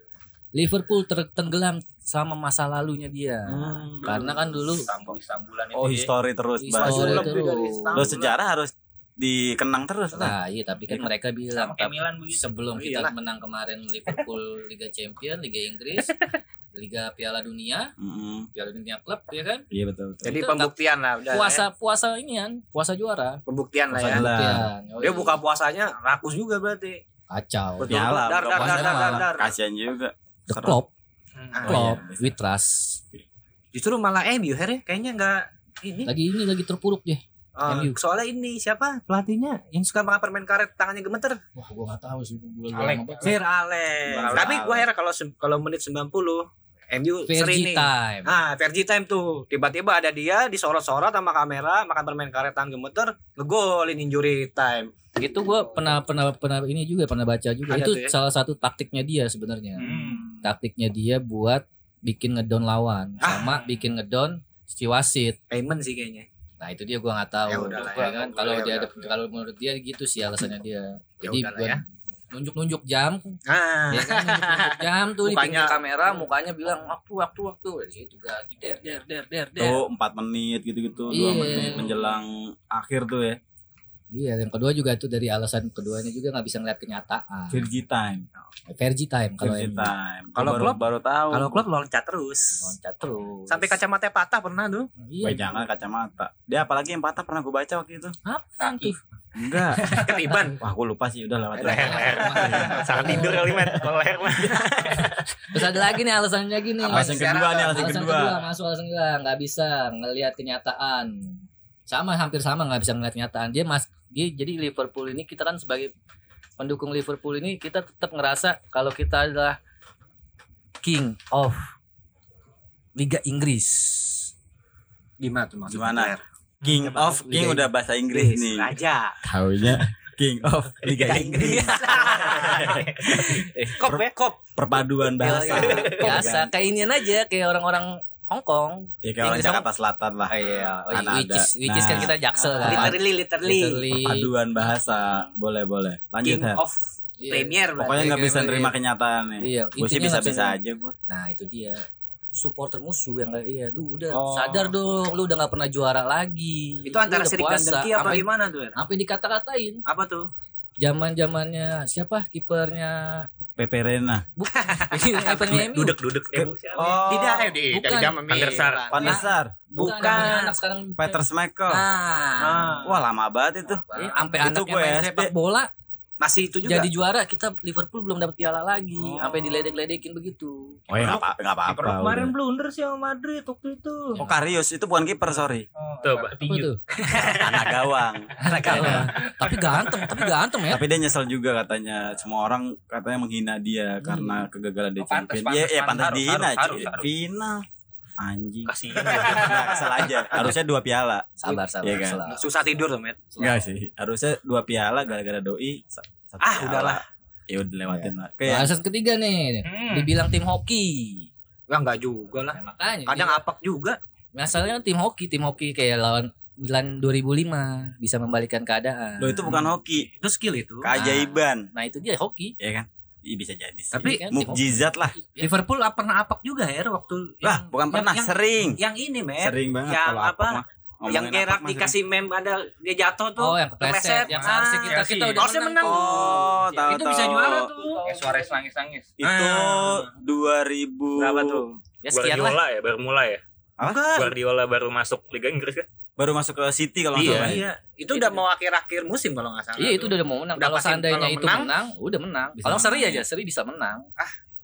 Speaker 1: Liverpool ter- tenggelam sama masa lalunya dia
Speaker 4: Hmm.
Speaker 1: karena kan dulu
Speaker 3: Istanbul Istanbulan Hmm. itu.
Speaker 5: Oh
Speaker 3: ya.
Speaker 5: history terus
Speaker 1: History
Speaker 5: bahas.
Speaker 1: terus.
Speaker 5: Lo sejarah harus dikenang terus
Speaker 1: Nah,
Speaker 5: lah.
Speaker 1: iya tapi kan mereka bilang
Speaker 3: sama kayak
Speaker 1: tapi
Speaker 3: Milan
Speaker 4: gitu.
Speaker 3: begitu
Speaker 1: sebelum
Speaker 5: Oh,
Speaker 1: kita
Speaker 5: iyalah.
Speaker 1: menang kemarin Liverpool Liga Champion, Liga Inggris, Liga Piala Dunia,
Speaker 5: Mm-mm.
Speaker 1: Piala Dunia klub ya kan.
Speaker 5: Iya betul betul.
Speaker 4: Jadi
Speaker 1: Itu
Speaker 4: pembuktian lah udah. ya.
Speaker 1: Puasa puasa ini kan, puasa juara.
Speaker 4: Pembuktian lah ya.
Speaker 5: Puasa juara.
Speaker 1: Kemungkinan. Yoi.
Speaker 4: Dia buka puasanya rakus juga berarti.
Speaker 1: kacau.
Speaker 5: Betul. Nyala,
Speaker 4: Dar dar dar dar dar. dar.
Speaker 5: Kasihan juga.
Speaker 1: The
Speaker 5: Serem.
Speaker 1: Klopp,
Speaker 4: Ah,
Speaker 1: Klopp,
Speaker 5: iya.
Speaker 1: with trust.
Speaker 4: Justru malah MU Her ya kayaknya enggak ini.
Speaker 1: Lagi ini lagi terpuruk dia.
Speaker 4: Eh,
Speaker 1: MU.
Speaker 4: soalnya ini siapa pelatihnya yang suka makan permen karet tangannya gemeter
Speaker 1: Wah, gua enggak tahu sih gua
Speaker 3: Alex.
Speaker 1: lama banget.
Speaker 4: Sir Alex.
Speaker 5: Alex.
Speaker 4: Tapi gua heran kalau sem- kalau menit 90 MU seri
Speaker 1: Fergie
Speaker 4: nih.
Speaker 1: time.
Speaker 4: Nah, Fergie time tuh tiba-tiba ada dia disorot-sorot sama kamera makan permen karet tangan gemeter ngegolin injury time.
Speaker 1: Itu gua pernah pernah pernah ini juga pernah baca juga.
Speaker 4: Ada
Speaker 1: itu
Speaker 4: tuh ya. Hmm.
Speaker 1: salah satu taktiknya dia sebenarnya. Taktiknya dia buat bikin ngedown lawan
Speaker 4: Ah.
Speaker 1: sama bikin ngedown si wasit.
Speaker 4: Payment sih kayaknya.
Speaker 1: Nah, itu dia gua nggak tahu.
Speaker 4: Ya udahlah
Speaker 1: Ya
Speaker 4: ya,
Speaker 1: kan?
Speaker 4: ya
Speaker 1: Kalau dia
Speaker 4: udah.
Speaker 1: ada- kalau menurut dia gitu sih alasannya dia. Jadi
Speaker 4: udahlah
Speaker 1: buat
Speaker 4: ya.
Speaker 1: nunjuk-nunjuk jam,
Speaker 4: Ah,
Speaker 1: ya kan nunjuk-nunjuk jam tuh di
Speaker 4: Mukanya- Iya.
Speaker 1: pinggir kamera, mukanya bilang waktu waktu waktu. Di situ ganti der der der der der.
Speaker 5: Tuh 4 menit gitu-gitu, 2
Speaker 1: Iya.
Speaker 5: menit menjelang akhir tuh ya.
Speaker 1: Iya, yang kedua juga itu dari alasan keduanya juga nggak bisa ngeliat kenyataan.
Speaker 5: Virgi time.
Speaker 1: Fergie time kalau yang
Speaker 5: Virgi time.
Speaker 4: Kalau
Speaker 5: baru,
Speaker 4: Klopp-
Speaker 5: baru tahu.
Speaker 4: kalau klub loncat terus.
Speaker 1: loncat terus.
Speaker 4: Sampai kacamata patah pernah tuh.
Speaker 1: Iya.
Speaker 5: Wah, jangan kacamata. Dia apalagi yang patah pernah gue baca waktu itu.
Speaker 1: Apaan tuh?
Speaker 5: Enggak.
Speaker 4: Ketiban.
Speaker 5: Wah, gue lupa sih udah lewat.
Speaker 2: Sangat tidur kali men leher men
Speaker 1: Terus ada lagi nih alasannya gini.
Speaker 5: Apa yang kedua nih, alasan
Speaker 1: alasan
Speaker 5: kedua.
Speaker 1: kedua masuk alasan kedua nggak bisa ngelihat kenyataan sama hampir sama nggak bisa ngelihat kenyataan dia mas dia jadi Liverpool ini kita kan sebagai pendukung Liverpool ini kita tetap ngerasa kalau kita adalah king of Liga Inggris
Speaker 4: Gimana tuh maksudnya?
Speaker 5: Gimana? ya? King of King udah bahasa Inggris nih.
Speaker 4: Raja.
Speaker 5: Taunya King of Liga Inggris.
Speaker 4: Kop ya, kop.
Speaker 5: Perpaduan bahasa.
Speaker 1: Iya, biasa kayak inian aja kayak orang-orang Hong Kong
Speaker 5: Ya kayak orang
Speaker 1: Inggris sama-
Speaker 5: Jakarta Selatan lah.
Speaker 1: iya
Speaker 5: Karena
Speaker 1: which is
Speaker 5: ada-
Speaker 1: which is kan
Speaker 5: nah,
Speaker 1: kita jaksel kan
Speaker 4: Literally, Ah. literally.
Speaker 1: Literally.
Speaker 5: Perpaduan bahasa. Boleh, boleh. Lanjut
Speaker 4: King
Speaker 5: ya.
Speaker 4: of
Speaker 1: Iya.
Speaker 4: Premier berarti.
Speaker 5: Pokoknya nggak bisa
Speaker 1: Iya.
Speaker 5: nerima kenyataan nih.
Speaker 1: iya
Speaker 5: Gue sih
Speaker 1: intinya nggak
Speaker 5: bisa-bisa aja gue.
Speaker 1: Nah itu dia supporter musuh yang kayak iya lu udah
Speaker 4: Oh.
Speaker 1: sadar dong lu udah nggak pernah juara lagi
Speaker 4: Itu antara
Speaker 1: Lu udah
Speaker 4: sirik dan
Speaker 1: puasa.
Speaker 4: dengki apa Iya.
Speaker 1: Sampai-
Speaker 4: gimana tuh? Er?
Speaker 1: sampai dikata-katain
Speaker 4: Apa tuh?
Speaker 1: zaman zamannya siapa kipernya
Speaker 5: Pepe Reina.
Speaker 1: kipernya MU
Speaker 2: duduk duduk eh, bu, siapa?
Speaker 5: Oh.
Speaker 4: Tidak, eh, di
Speaker 1: bukan.
Speaker 4: dari zaman
Speaker 2: Van der Sar.
Speaker 4: Milan.
Speaker 5: Van der Sar.
Speaker 1: bukan,
Speaker 4: bukan.
Speaker 1: namanya anak sekarang
Speaker 5: Peter Schmeichel.
Speaker 1: nah
Speaker 4: Ah.
Speaker 5: Wah lama banget itu.
Speaker 1: Eh, sampai
Speaker 5: Itu
Speaker 1: anaknya
Speaker 5: gue
Speaker 1: main
Speaker 5: SD.
Speaker 1: sepak bola
Speaker 4: Masih itu Iya juga.
Speaker 1: jadi juara kita Liverpool belum dapat piala lagi
Speaker 4: Oh.
Speaker 1: sampai diledek-ledekin begitu
Speaker 5: Oh
Speaker 2: iya.
Speaker 5: ya nggak apa- nggak apa-apa.
Speaker 3: Kiper kemarin
Speaker 5: udah.
Speaker 3: blunder sih sama Madrid waktu itu.
Speaker 5: Oh Karius itu bukan kiper sorry.
Speaker 4: Oh,
Speaker 2: tuh Pak,
Speaker 1: apa
Speaker 2: tinju
Speaker 1: tuh
Speaker 5: Anak gawang.
Speaker 1: tapi ganteng tapi ganteng ya
Speaker 5: Tapi dia nyesel juga katanya semua orang katanya menghina dia karena kegagalan dia
Speaker 3: Oh, pantes,
Speaker 5: champion. Iya,
Speaker 3: pantes,
Speaker 5: ya
Speaker 3: pantes.
Speaker 5: pantas
Speaker 3: Harus,
Speaker 5: dihina
Speaker 3: harus,
Speaker 5: cuy.
Speaker 3: harus, harus.
Speaker 5: Final. Anjing.
Speaker 2: kasih
Speaker 5: Nah, kesel aja. Harusnya dua piala.
Speaker 1: sabar sabar
Speaker 5: Iya kan?
Speaker 1: sabar.
Speaker 4: Susah tidur tuh, Met. Ya,
Speaker 5: Enggak sih. Harusnya dua piala gara-gara doi. sa- Satu
Speaker 4: Ah,
Speaker 5: piala.
Speaker 4: udahlah.
Speaker 5: Ya udah lewatin lah. Kayak
Speaker 1: alasan ketiga nih
Speaker 3: Hmm.
Speaker 1: dibilang tim hoki
Speaker 4: Lah enggak juga lah.
Speaker 1: Nah, makanya
Speaker 4: Kadang
Speaker 1: jadi-
Speaker 4: apek juga.
Speaker 1: masalahnya kan tim hoki tim hoki kayak lawan Milan 2005 bisa membalikan keadaan
Speaker 5: lo itu bukan hoki,
Speaker 4: Itu skill itu.
Speaker 5: keajaiban,
Speaker 1: nah itu dia hoki
Speaker 5: ya kan? Iya bisa jadi sih.
Speaker 4: Tapi-
Speaker 1: Iya kan, tim
Speaker 5: mukjizat lah.
Speaker 1: hoki. Ya,
Speaker 4: Liverpool ah, pernah apek juga ya waktu yang-
Speaker 5: Lah, bukan
Speaker 4: yang-
Speaker 5: pernah,
Speaker 4: yang,
Speaker 5: sering.
Speaker 4: yang ini, Met.
Speaker 5: Sering banget
Speaker 4: yang
Speaker 5: kalau apa?
Speaker 4: apa?
Speaker 5: mah. Ngomongin
Speaker 4: Yang
Speaker 5: apa
Speaker 4: Gerard
Speaker 5: mah sering.
Speaker 4: dikasih mem ada dia jatuh tuh.
Speaker 1: oh yang kepleset
Speaker 4: kepleset.
Speaker 1: yang seharusnya
Speaker 4: Ah,
Speaker 1: kita
Speaker 3: iya
Speaker 1: kita
Speaker 3: sih.
Speaker 1: udah
Speaker 4: Harusnya menang.
Speaker 5: Oh, tahu
Speaker 4: itu bisa
Speaker 5: tahu.
Speaker 4: juara tuh.
Speaker 3: Eh Suarez nangis-nangis.
Speaker 5: Itu 2000
Speaker 4: Berapa tuh?
Speaker 1: ya sekian lah
Speaker 2: Guardiola ya baru mulai ya
Speaker 5: Apa?
Speaker 2: Guardiola baru masuk Liga Inggris kan
Speaker 5: Baru masuk ke City kalau nggak
Speaker 2: Iya,
Speaker 5: salah. ya?
Speaker 4: Iya, itu udah mau akhir-akhir musim kalau nggak salah.
Speaker 1: Iya itu udah mau menang.
Speaker 4: Udah
Speaker 1: Kalau
Speaker 4: pasti
Speaker 1: seandainya
Speaker 4: kalau
Speaker 1: itu
Speaker 4: menang,
Speaker 1: menang, udah menang.
Speaker 5: bisa
Speaker 1: Kalau seri
Speaker 5: menang.
Speaker 1: aja, seri bisa menang.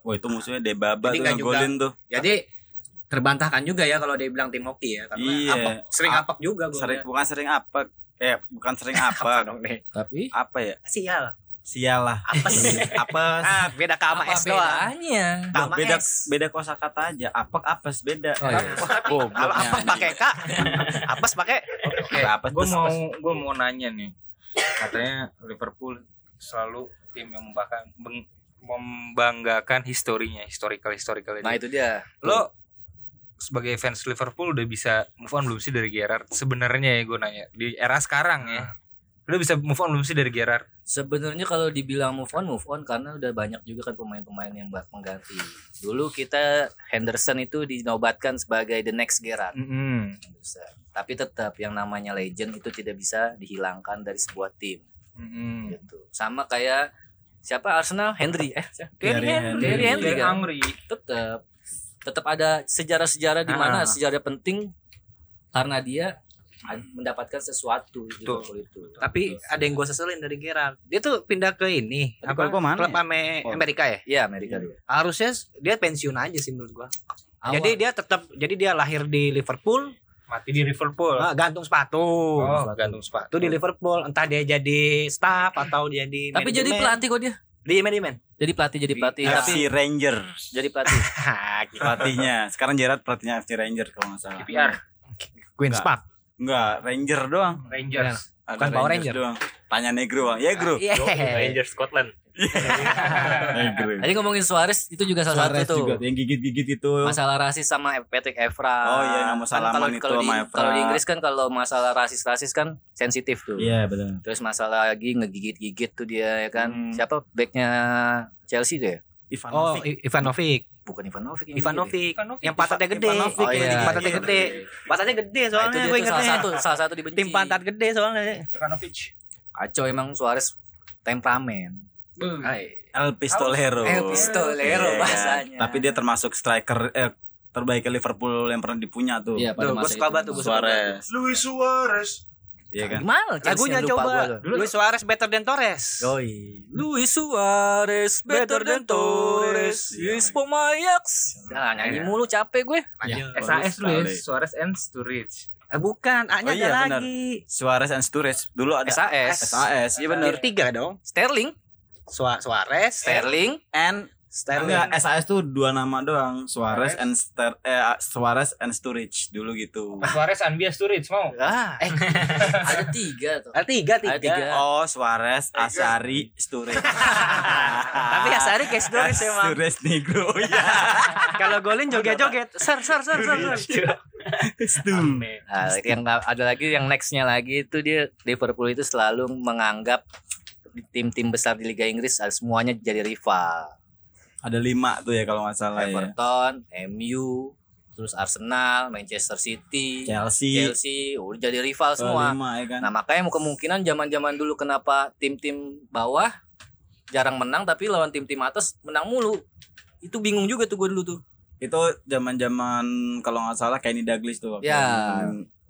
Speaker 5: Wah itu musuhnya Debaba
Speaker 4: Jadi
Speaker 5: tuh
Speaker 4: nggak
Speaker 5: yang
Speaker 4: juga.
Speaker 5: golin tuh.
Speaker 4: Jadi Ya, terbantahkan juga ya kalau dia bilang tim hoki ya karena
Speaker 5: Iya.
Speaker 4: apek, sering
Speaker 5: Ap-
Speaker 4: apek juga gue.
Speaker 5: Sering bukan sering apa? Eh bukan sering
Speaker 4: apa
Speaker 5: apa?
Speaker 4: dong nih?
Speaker 1: Tapi
Speaker 5: apa ya?
Speaker 4: Sial.
Speaker 5: Sial lah.
Speaker 4: Apes.
Speaker 5: Apes.
Speaker 4: ah, beda sama
Speaker 1: apa
Speaker 4: S doang.
Speaker 1: bedanya?
Speaker 4: Sama
Speaker 5: Nah, beda
Speaker 4: S.
Speaker 5: beda kosakata aja. Apek apes beda.
Speaker 1: Oh, iya.
Speaker 5: Goblok
Speaker 4: Kalau
Speaker 5: nih
Speaker 4: apes
Speaker 5: anjing.
Speaker 4: pakai K, apes pakai
Speaker 5: Apa apes?
Speaker 3: Gue
Speaker 5: pes,
Speaker 3: Iya, mau
Speaker 5: pes.
Speaker 3: gue mau nanya nih. Katanya Liverpool selalu tim yang membanggakan meng- membanggakan historinya, historical historical
Speaker 1: Nah itu dia.
Speaker 3: Lo sebagai fans
Speaker 4: Nah.
Speaker 3: Liverpool udah bisa move on belum sih dari Gerrard? Sebenarnya ya gue nanya di era sekarang ya. Lu bisa move on belum sih dari Gerard?
Speaker 1: Sebenarnya kalau dibilang move on, move on karena udah banyak juga kan pemain-pemain yang bak mengganti. Dulu kita Henderson itu dinobatkan sebagai the next Gerard.
Speaker 3: Mm-mm.
Speaker 1: Henderson. Tapi tetap yang namanya legend itu tidak bisa dihilangkan dari sebuah tim
Speaker 3: Mm-mm.
Speaker 1: gitu. Sama kayak siapa Arsenal Henry eh siapa?
Speaker 5: Thierry Henry.
Speaker 1: Thierry Henry
Speaker 3: Thierry
Speaker 1: kan.
Speaker 3: Henry.
Speaker 1: Tetap tetap ada sejarah-sejarah di
Speaker 3: Ah.
Speaker 1: mana sejarah penting karena dia ad- mendapatkan sesuatu di
Speaker 3: Betul.
Speaker 1: Liverpool itu.
Speaker 4: Tapi ada yang gue seselin dari Gerard. Dia tuh pindah ke ini,
Speaker 5: Tapi kalau gua mana
Speaker 4: Klub
Speaker 5: ya?
Speaker 4: ame Amerika ya.
Speaker 1: Iya Amerika dulu.
Speaker 4: Harusnya s- dia pensiun aja sih menurut gua.
Speaker 1: Awal.
Speaker 4: Jadi dia tetap jadi dia lahir di Liverpool,
Speaker 3: Mati di Liverpool.
Speaker 4: ah, gantung sepatu.
Speaker 3: Oh,
Speaker 4: Sepatu.
Speaker 3: gantung sepatu.
Speaker 4: Itu di Liverpool, entah dia jadi staff atau jadi
Speaker 1: tapi jadi
Speaker 4: manajemen.
Speaker 1: pelatih kok dia.
Speaker 4: Di manajemen.
Speaker 1: Jadi pelatih jadi
Speaker 3: Di-
Speaker 1: pelatih tapi
Speaker 5: FC Ranger
Speaker 1: jadi pelatih.
Speaker 4: gitu.
Speaker 5: pelatihnya. Sekarang Gerard pelatihnya FC Ranger kalau nggak salah.
Speaker 3: KPR
Speaker 4: Queen's Park.
Speaker 5: Enggak, Ranger doang.
Speaker 3: Rangers.
Speaker 5: Ada
Speaker 4: Bukan Power Ranger.
Speaker 5: doang. Tanya negro bang. Ya negro. Ya,
Speaker 4: Iya.
Speaker 2: Ranger Scotland.
Speaker 5: negro.
Speaker 1: Tadi ngomongin Suarez itu juga salah
Speaker 5: Suarez
Speaker 1: satu tuh.
Speaker 5: juga yang gigit-gigit itu.
Speaker 1: Masalah rasis sama E- Patrick Evra.
Speaker 5: Oh iya, yang mau
Speaker 1: Kan
Speaker 5: salaman
Speaker 1: kalau-
Speaker 5: itu
Speaker 1: kalau di,
Speaker 5: sama Evra.
Speaker 1: Kalau di Inggris kan kalau masalah rasis-rasis kan sensitif tuh.
Speaker 5: Iya benar.
Speaker 1: Terus masalah lagi ngegigit-gigit tuh dia ya kan.
Speaker 5: Hmm.
Speaker 1: Siapa backnya Chelsea tuh ya?
Speaker 4: Oh,
Speaker 5: Ivanovic.
Speaker 4: I- Ivanovic.
Speaker 1: Bukan Ivanovic. yang gigit
Speaker 4: Ivanovic.
Speaker 3: Ivanovic.
Speaker 4: Yang patahnya gede.
Speaker 5: Ivanovic
Speaker 1: Oh, iya.
Speaker 4: Pantatnya gede. Pantatnya
Speaker 1: ya.
Speaker 4: gede
Speaker 1: Nah, itu
Speaker 4: soalnya
Speaker 1: dia
Speaker 4: gue
Speaker 1: tuh salah
Speaker 4: ingetnya.
Speaker 1: satu salah satu dibenci.
Speaker 4: Tim pantat gede soalnya.
Speaker 3: Ivanovic.
Speaker 1: Kacau emang Suarez temperamen. Ay,
Speaker 5: El Pistolero.
Speaker 1: El Pistolero
Speaker 5: Iya, kan?
Speaker 1: bahasanya.
Speaker 5: Tapi dia termasuk striker eh, terbaik Liverpool yang pernah dipunya tuh.
Speaker 1: Iya, pada
Speaker 4: Tuh, gue
Speaker 1: masa
Speaker 4: suka
Speaker 1: itu.
Speaker 4: banget tuh, gue suka
Speaker 5: Suarez.
Speaker 6: Luis Suarez.
Speaker 5: Iya kan?
Speaker 1: Gimana?
Speaker 4: Lagunya
Speaker 1: Chelsea-nya lupa
Speaker 4: coba.
Speaker 1: gua tuh.
Speaker 4: Luis Suarez better than Torres.
Speaker 5: Yoi.
Speaker 1: Luis Suarez better than Torres is for my ex. Udah lah,
Speaker 3: Iya.
Speaker 1: nyanyi mulu capek gue.
Speaker 4: Lanjut.
Speaker 5: Bagus
Speaker 3: SAS Luis
Speaker 5: sekali.
Speaker 3: ya, Suarez and Sturridge.
Speaker 4: Eh, bukan, A-nya
Speaker 5: Oh, iya,
Speaker 4: ada
Speaker 5: benar.
Speaker 4: lagi.
Speaker 5: Suarez and Sturridge dulu ada
Speaker 1: SAS,
Speaker 5: SAS. Iya benar.
Speaker 4: Tier tiga dong.
Speaker 1: Sterling,
Speaker 4: Sua- Suarez,
Speaker 1: Sterling,
Speaker 5: And
Speaker 4: Sterling.
Speaker 5: enggak SAS tuh dua nama doang. Suarez and Ster eh, Suarez and Sturridge dulu gitu.
Speaker 4: Ah.
Speaker 3: Suarez Anbia Sturridge mau.
Speaker 1: Ah, eh, ada tiga tuh.
Speaker 4: Ada tiga, tiga.
Speaker 1: Ada tiga.
Speaker 5: Oh, Suarez, Asari,
Speaker 4: Eh,
Speaker 5: Sturridge.
Speaker 4: Tapi Asari kayak Sturridge emang.
Speaker 5: Sturridge Negro. Oh, Iya.
Speaker 4: Kalau golin joget-joget. Ser, ser, ser, ser. ser.
Speaker 5: Stu.
Speaker 1: Nah, yang ada lagi yang nextnya lagi itu dia Liverpool itu selalu menganggap tim-tim besar di Liga Inggris ah, semuanya jadi rival.
Speaker 5: Ada lima tuh ya kalau nggak salah ya.
Speaker 1: Everton, MU, terus Arsenal, Manchester City,
Speaker 5: Chelsea.
Speaker 1: Chelsea, udah jadi rival
Speaker 5: Chelsea
Speaker 1: semua.
Speaker 5: lima ya kan.
Speaker 1: Nah makanya kemungkinan zaman-zaman dulu kenapa tim-tim bawah jarang menang tapi lawan tim-tim atas menang mulu. Itu bingung juga tuh gue dulu tuh.
Speaker 5: Itu zaman-zaman kalau nggak salah Kenny Douglas tuh waktu
Speaker 4: Iya.
Speaker 1: Ya.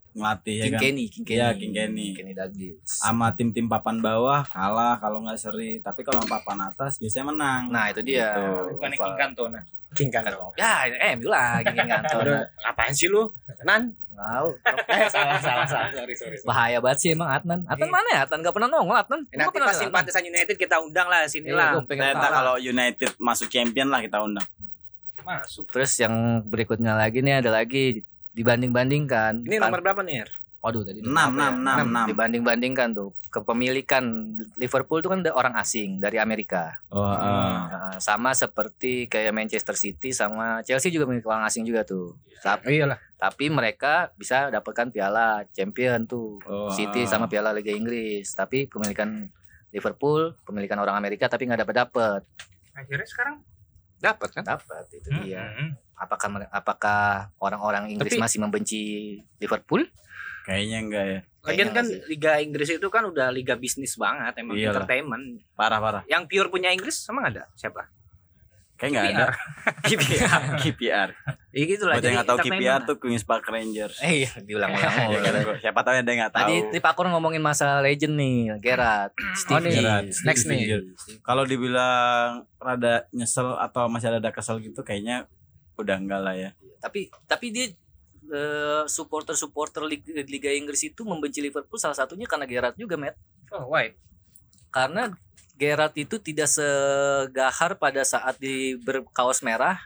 Speaker 5: ngelatih ya
Speaker 1: King
Speaker 5: kan.
Speaker 1: Kenny, King Kenny.
Speaker 5: Iya, King Kenny.
Speaker 1: Douglas.
Speaker 5: sama tim-tim papan bawah kalah kalau nggak seri tapi kalau sama papan atas biasanya menang
Speaker 1: Nah itu dia.
Speaker 5: Gitu.
Speaker 3: Bukan King nah. Cantona.
Speaker 4: King kan. dong.
Speaker 1: Ya, eh, MU lah, King Kanton.
Speaker 4: Apaan sih lu? Nan?
Speaker 1: Wow,
Speaker 4: Eh, salah,
Speaker 3: Ah,
Speaker 4: salah, salah. Sorry, sorry. sorry.
Speaker 1: bahaya banget sih emang Adnan. Adnan
Speaker 4: Iya.
Speaker 1: mana ya? Adnan gak pernah nongol Adnan. Gua pernah
Speaker 4: Nanti pas
Speaker 1: ada Adnan.
Speaker 4: simpatisan United kita undang lah sini
Speaker 1: Iya,
Speaker 4: lah.
Speaker 1: gua pengen
Speaker 5: ternyata
Speaker 1: tahu.
Speaker 5: kalau United masuk champion lah kita undang
Speaker 3: Masuk.
Speaker 1: Terus yang berikutnya lagi nih ada lagi dibanding-bandingkan.
Speaker 4: Ini nomor berapa nih? Er?
Speaker 1: Waduh tadi
Speaker 5: Enam,
Speaker 1: berapa
Speaker 5: enam,
Speaker 1: ya?
Speaker 5: enam, enam.
Speaker 1: Dibanding-bandingkan tuh kepemilikan Liverpool tuh kan ada orang asing dari Amerika.
Speaker 5: oh,
Speaker 1: Nah, sama seperti kayak Manchester City sama Chelsea juga milik orang asing juga tuh. Ta-
Speaker 4: Oh iyalah.
Speaker 1: Tapi mereka bisa dapatkan piala Champion tuh.
Speaker 5: Oh,
Speaker 1: City
Speaker 5: ah.
Speaker 1: sama piala Liga Inggris, tapi kepemilikan Liverpool pemilikan orang Amerika tapi nggak dapat dapat
Speaker 3: Akhirnya sekarang Hmm,
Speaker 4: Dapat kan?
Speaker 1: dapat itu
Speaker 5: Hmm.
Speaker 1: dia
Speaker 3: Mm-mm.
Speaker 1: apakah mere- apakah orang-orang Inggris
Speaker 4: Tapi-
Speaker 1: masih membenci Liverpool
Speaker 5: kayaknya enggak ya
Speaker 4: Lagian
Speaker 1: Kayaknya
Speaker 4: kan
Speaker 1: nggak
Speaker 4: Liga Inggris itu kan udah liga bisnis banget emang
Speaker 5: Iyalah.
Speaker 4: entertainment.
Speaker 5: parah parah
Speaker 4: Yang pure punya Inggris emang ada siapa?
Speaker 5: kayak nggak ada KPR KPR
Speaker 4: Ya gitu lah.
Speaker 5: buat yang
Speaker 4: jadi
Speaker 5: nggak tahu KPR
Speaker 4: entertainment lah.
Speaker 5: tuh Queens Park Rangers
Speaker 1: eh
Speaker 2: iya,
Speaker 1: diulang-ulang
Speaker 5: Ya kan, gua- siapa tahu ada yang nggak tahu
Speaker 1: Tadi Tripakor ngomongin
Speaker 2: Oh,
Speaker 1: masalah legend nih, Gerard, Steve
Speaker 4: nih,
Speaker 5: Gerrard,
Speaker 1: G.
Speaker 4: Oh, next
Speaker 5: Steven
Speaker 4: nih.
Speaker 5: Gerrard. kalau dibilang rada nyesel atau masih ada kesel gitu kayaknya udah enggak lah ya
Speaker 1: Tapi tapi dia eh, supporter-supporter Lig- Liga Inggris itu membenci Liverpool salah satunya karena Gerard juga, Matt.
Speaker 3: Oh, why?
Speaker 1: Karena Gerard itu tidak segahar pada saat di berkaos merah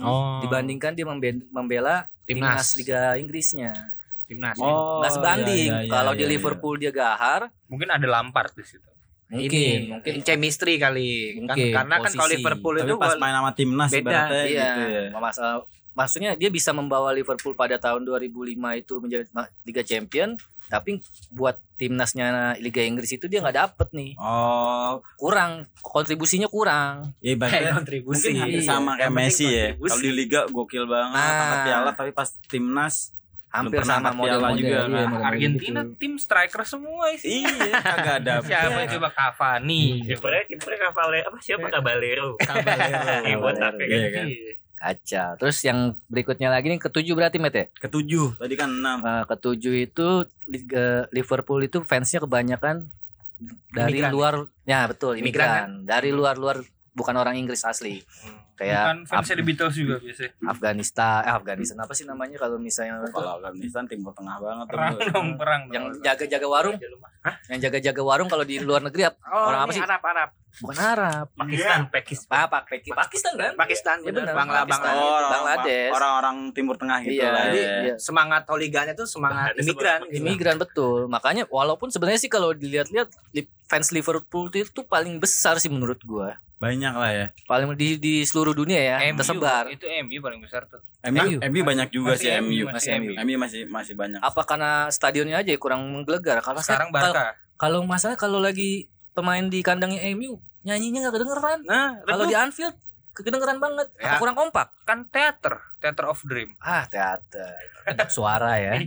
Speaker 4: Oh.
Speaker 5: Hmm.
Speaker 1: dibandingkan dia membe- membela timnas Liga Inggrisnya.
Speaker 3: Timnas.
Speaker 5: oh
Speaker 1: Nggak sebanding.
Speaker 5: iya, iya,
Speaker 1: Kalau
Speaker 5: iya,
Speaker 1: di
Speaker 5: iya.
Speaker 1: Liverpool dia gahar,
Speaker 3: Mungkin ada Lampard di situ.
Speaker 1: mungkin mungkin
Speaker 4: chemistry kali kan
Speaker 1: Mungkin,
Speaker 4: karena kan kalau
Speaker 1: posisi.
Speaker 4: Liverpool
Speaker 5: tapi
Speaker 4: itu
Speaker 5: pas
Speaker 4: gua-
Speaker 5: main sama timnas
Speaker 4: Beda,
Speaker 5: ibaratnya
Speaker 1: iya.
Speaker 5: gitu ya
Speaker 1: Masalah- maksudnya dia bisa membawa Liverpool pada tahun 2005 itu menjadi ma- Liga Champion Tapi buat timnasnya Liga Inggris itu dia nggak dapet nih.
Speaker 5: Oh,
Speaker 1: Kurang kontribusinya kurang.
Speaker 5: ya ibaratnya mungkin
Speaker 4: kontribusi
Speaker 5: hampir
Speaker 1: Iya,
Speaker 5: sama
Speaker 4: yang
Speaker 5: kayak
Speaker 4: penting
Speaker 5: Messi ya.
Speaker 4: kontribusi.
Speaker 5: Kalau di liga gokil banget, angkat
Speaker 1: Nah.
Speaker 5: piala tapi pas timnas
Speaker 1: Hampir
Speaker 5: pernah
Speaker 1: sama
Speaker 5: angkat piala
Speaker 1: model-model.
Speaker 5: juga,
Speaker 1: Iya,
Speaker 5: nah,
Speaker 1: model-model
Speaker 3: Argentina
Speaker 1: gitu.
Speaker 3: tim striker semua sih.
Speaker 5: iya kagak ada.
Speaker 3: Siapa coba
Speaker 2: Iya.
Speaker 3: Cavani?
Speaker 4: Iya,
Speaker 3: Siapa?
Speaker 2: Kipernya kipernya Cavale apa siapa Cabalero. Yang botak ya
Speaker 5: Iya,
Speaker 2: kan.
Speaker 5: kan?
Speaker 2: Iya.
Speaker 1: Kacau. Terus yang berikutnya lagi nih ketujuh berarti Met ya?
Speaker 5: Ketujuh, tadi kan enam.
Speaker 1: Nah, ketujuh itu Liga Liverpool itu fansnya kebanyakan dari
Speaker 4: Imigran.
Speaker 1: luar ya betul imigran
Speaker 3: Imigran,
Speaker 1: dari luar-luar bukan orang Inggris asli
Speaker 3: Bukan
Speaker 1: kayak
Speaker 3: fansnya
Speaker 1: Af-
Speaker 3: The Beatles juga biasanya.
Speaker 1: Afghanistan eh, Afghanistan apa sih namanya kalau misalnya itu?
Speaker 5: Kalau Afghanistan timur tengah banget.
Speaker 3: Perang
Speaker 5: tuh.
Speaker 3: dong, perang.
Speaker 1: yang
Speaker 3: dong.
Speaker 1: jaga-jaga warung yang jaga-jaga warung kalau di luar negeri ap-
Speaker 4: oh,
Speaker 1: Orang apa
Speaker 4: ini
Speaker 1: sih?
Speaker 4: Arab Arab
Speaker 1: bukan Arab
Speaker 2: Pakistan, Pakistan.
Speaker 1: apa Pakistan Pakistan kan
Speaker 4: Pakistan
Speaker 1: Iya,
Speaker 4: bener.
Speaker 1: bener.
Speaker 4: Bangla
Speaker 1: Pakistan.
Speaker 4: Bangla
Speaker 5: Oh, orang-
Speaker 1: Bangladesh.
Speaker 5: Orang-orang timur tengah gitu
Speaker 1: iya,
Speaker 5: lah.
Speaker 1: jadi,
Speaker 5: ya.
Speaker 1: iya.
Speaker 4: semangat holiganya tuh
Speaker 3: Nah,
Speaker 4: semangat
Speaker 2: Ada
Speaker 4: imigran
Speaker 2: semangat
Speaker 4: gitu.
Speaker 1: imigran betul makanya walaupun sebenarnya sih kalau dilihat-lihat li- fans Liverpool itu tuh paling besar sih menurut gua
Speaker 5: Banyak lah ya.
Speaker 1: paling di di seluruh dunia ya
Speaker 3: MU,
Speaker 1: tersebar
Speaker 3: Itu MU paling besar tuh.
Speaker 1: MU.
Speaker 5: MU, MU banyak juga sih
Speaker 3: Masih
Speaker 5: MU.
Speaker 1: masih MU.
Speaker 5: MU masih masih banyak.
Speaker 1: apa karena stadionnya aja ya kurang menggelegar kalau
Speaker 3: Sekarang
Speaker 1: saya- kalau-
Speaker 3: Barca.
Speaker 1: kalau masalah kalau lagi pemain di kandangnya MU nyanyinya nggak kedengeran
Speaker 4: Nah,
Speaker 1: kalau di Anfield kedengeran banget Apa
Speaker 4: Ya.
Speaker 1: kurang kompak
Speaker 3: Kan teater, teater of dream.
Speaker 1: ah teater Kedap suara ya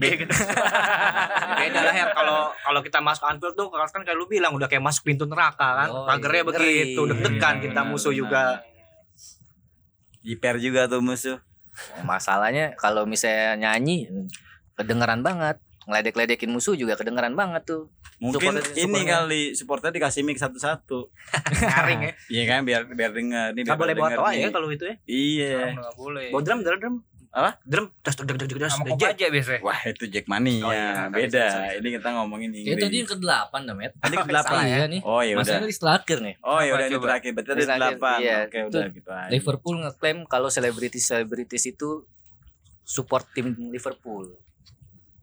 Speaker 1: Ah.
Speaker 4: beda lah Her kalau kalau kita masuk Anfield tuh kalau kan kayak lu bilang udah kayak masuk pintu neraka kan
Speaker 1: Yoi,
Speaker 4: pagernya
Speaker 1: ngeri.
Speaker 4: begitu deg-degan
Speaker 3: Iya,
Speaker 4: kita
Speaker 3: benar,
Speaker 4: musuh
Speaker 3: benar.
Speaker 4: juga
Speaker 5: Jiper juga tuh musuh.
Speaker 1: masalahnya kalau misalnya nyanyi kedengeran banget ngeledek-ledekin musuh juga kedengeran banget tuh
Speaker 5: Mungkin
Speaker 1: Supporter-
Speaker 5: ini
Speaker 1: supporternya.
Speaker 5: kali supporter dikasih mic satu-satu.
Speaker 4: nyaring ya
Speaker 5: Iya kan biar biar denger. Ini
Speaker 4: nggak
Speaker 5: biar
Speaker 4: boleh bawa
Speaker 5: denger
Speaker 4: toa
Speaker 5: nih.
Speaker 4: ya kalau itu ya
Speaker 5: Iya.
Speaker 3: Sekarang udah nggak boleh.
Speaker 4: bawa drum drum drum
Speaker 5: Apa?
Speaker 4: drum das deg deg deg deg das
Speaker 3: Sama
Speaker 4: deg-
Speaker 3: kok aja biasanya.
Speaker 5: Wah, itu Jackmania.
Speaker 4: Oh, iya.
Speaker 5: Beda.
Speaker 4: Sorry, sorry, sorry.
Speaker 5: Ini kita ngomongin
Speaker 1: Ya,
Speaker 5: Inggris.
Speaker 1: tadi yang ke-8 dah, Met.
Speaker 5: Tadi ke-8
Speaker 1: Salah
Speaker 5: ya.
Speaker 1: ya nih.
Speaker 5: Oh, ya udah.
Speaker 1: Maksudnya di terakhir nih.
Speaker 5: Oh, ya
Speaker 3: Apa,
Speaker 5: udah ini
Speaker 3: coba?
Speaker 5: terakhir. Berarti ada
Speaker 1: Terakhir,
Speaker 5: 8.
Speaker 1: iya.
Speaker 5: Oke,
Speaker 1: Itu
Speaker 5: udah gitu aja.
Speaker 1: Liverpool ngeklaim kalau selebritis-selebritis itu support tim Liverpool.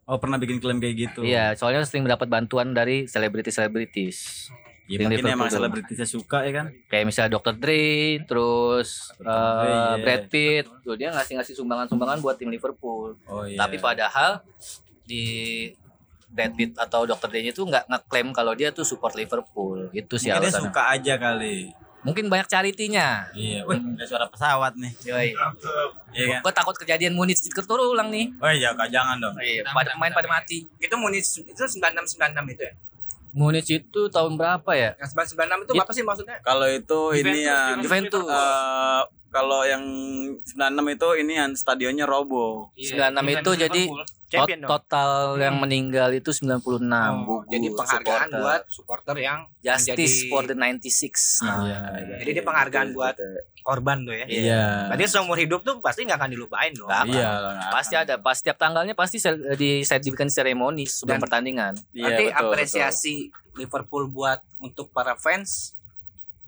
Speaker 5: Oh, pernah bikin klaim kayak gitu.
Speaker 1: Iya, soalnya sering mendapat bantuan dari selebritis-selebritis.
Speaker 5: Ya,
Speaker 1: Tim
Speaker 5: mungkin
Speaker 1: Liverpool
Speaker 5: emang
Speaker 1: tuh.
Speaker 5: selebritisnya suka ya kan?
Speaker 1: Kayak misalnya Dr. Dre, terus
Speaker 5: Dr.
Speaker 1: eh,
Speaker 5: Dre, iya.
Speaker 1: Brad Pitt, tuh dia ngasih-ngasih sumbangan-sumbangan buat tim Liverpool.
Speaker 5: Oh iya.
Speaker 1: Tapi padahal di Brad Pitt atau Dr. Dre-nya itu nggak ngeklaim kalau dia tuh support Liverpool. Itu sih
Speaker 5: Mungkin dia
Speaker 1: alasannya.
Speaker 5: suka aja kali.
Speaker 1: Mungkin banyak charity-nya.
Speaker 5: Iya, wih, ada suara pesawat nih.
Speaker 1: Yoi.
Speaker 5: Iya kan?
Speaker 1: Gue takut kejadian Munich keturulang nih.
Speaker 5: Oh iya, Kak, jangan dong.
Speaker 1: Iya, pada pemain pada mati.
Speaker 4: itu Munich itu sembilan enam sembilan enam itu ya
Speaker 1: Munich itu tahun berapa ya?
Speaker 4: yang sembilan sembilan enam itu
Speaker 1: Iya.
Speaker 4: apa sih maksudnya
Speaker 5: Kalau itu ini ya
Speaker 4: Kan
Speaker 1: Juventus.
Speaker 5: eh, kalau yang 96 itu ini yang stadionnya robo.
Speaker 3: Iya,
Speaker 1: 96 itu
Speaker 3: Juventus
Speaker 1: jadi-
Speaker 3: Liverpool.
Speaker 1: Tot-
Speaker 4: champion dong
Speaker 1: total yang meninggal itu 96
Speaker 4: Oh,
Speaker 1: gugur
Speaker 4: jadi penghargaan
Speaker 1: supporter.
Speaker 4: buat supporter yang
Speaker 1: Justice
Speaker 4: menjadi-
Speaker 1: for the 96.
Speaker 5: Iya.
Speaker 4: Jadi dia penghargaan buat- korban tuh ya
Speaker 5: Iya.
Speaker 4: berarti seumur hidup tuh pasti nggak akan dilupain dong
Speaker 1: Nggak.
Speaker 5: Iya.
Speaker 1: Nah, Pasti ada, pas setiap tanggalnya pasti sel- di saya dibikin seremoni sebelum
Speaker 4: Dan-
Speaker 1: pertandingan.
Speaker 5: Iya,
Speaker 4: berarti
Speaker 5: betul,
Speaker 4: apresiasi Liverpool buat untuk para fans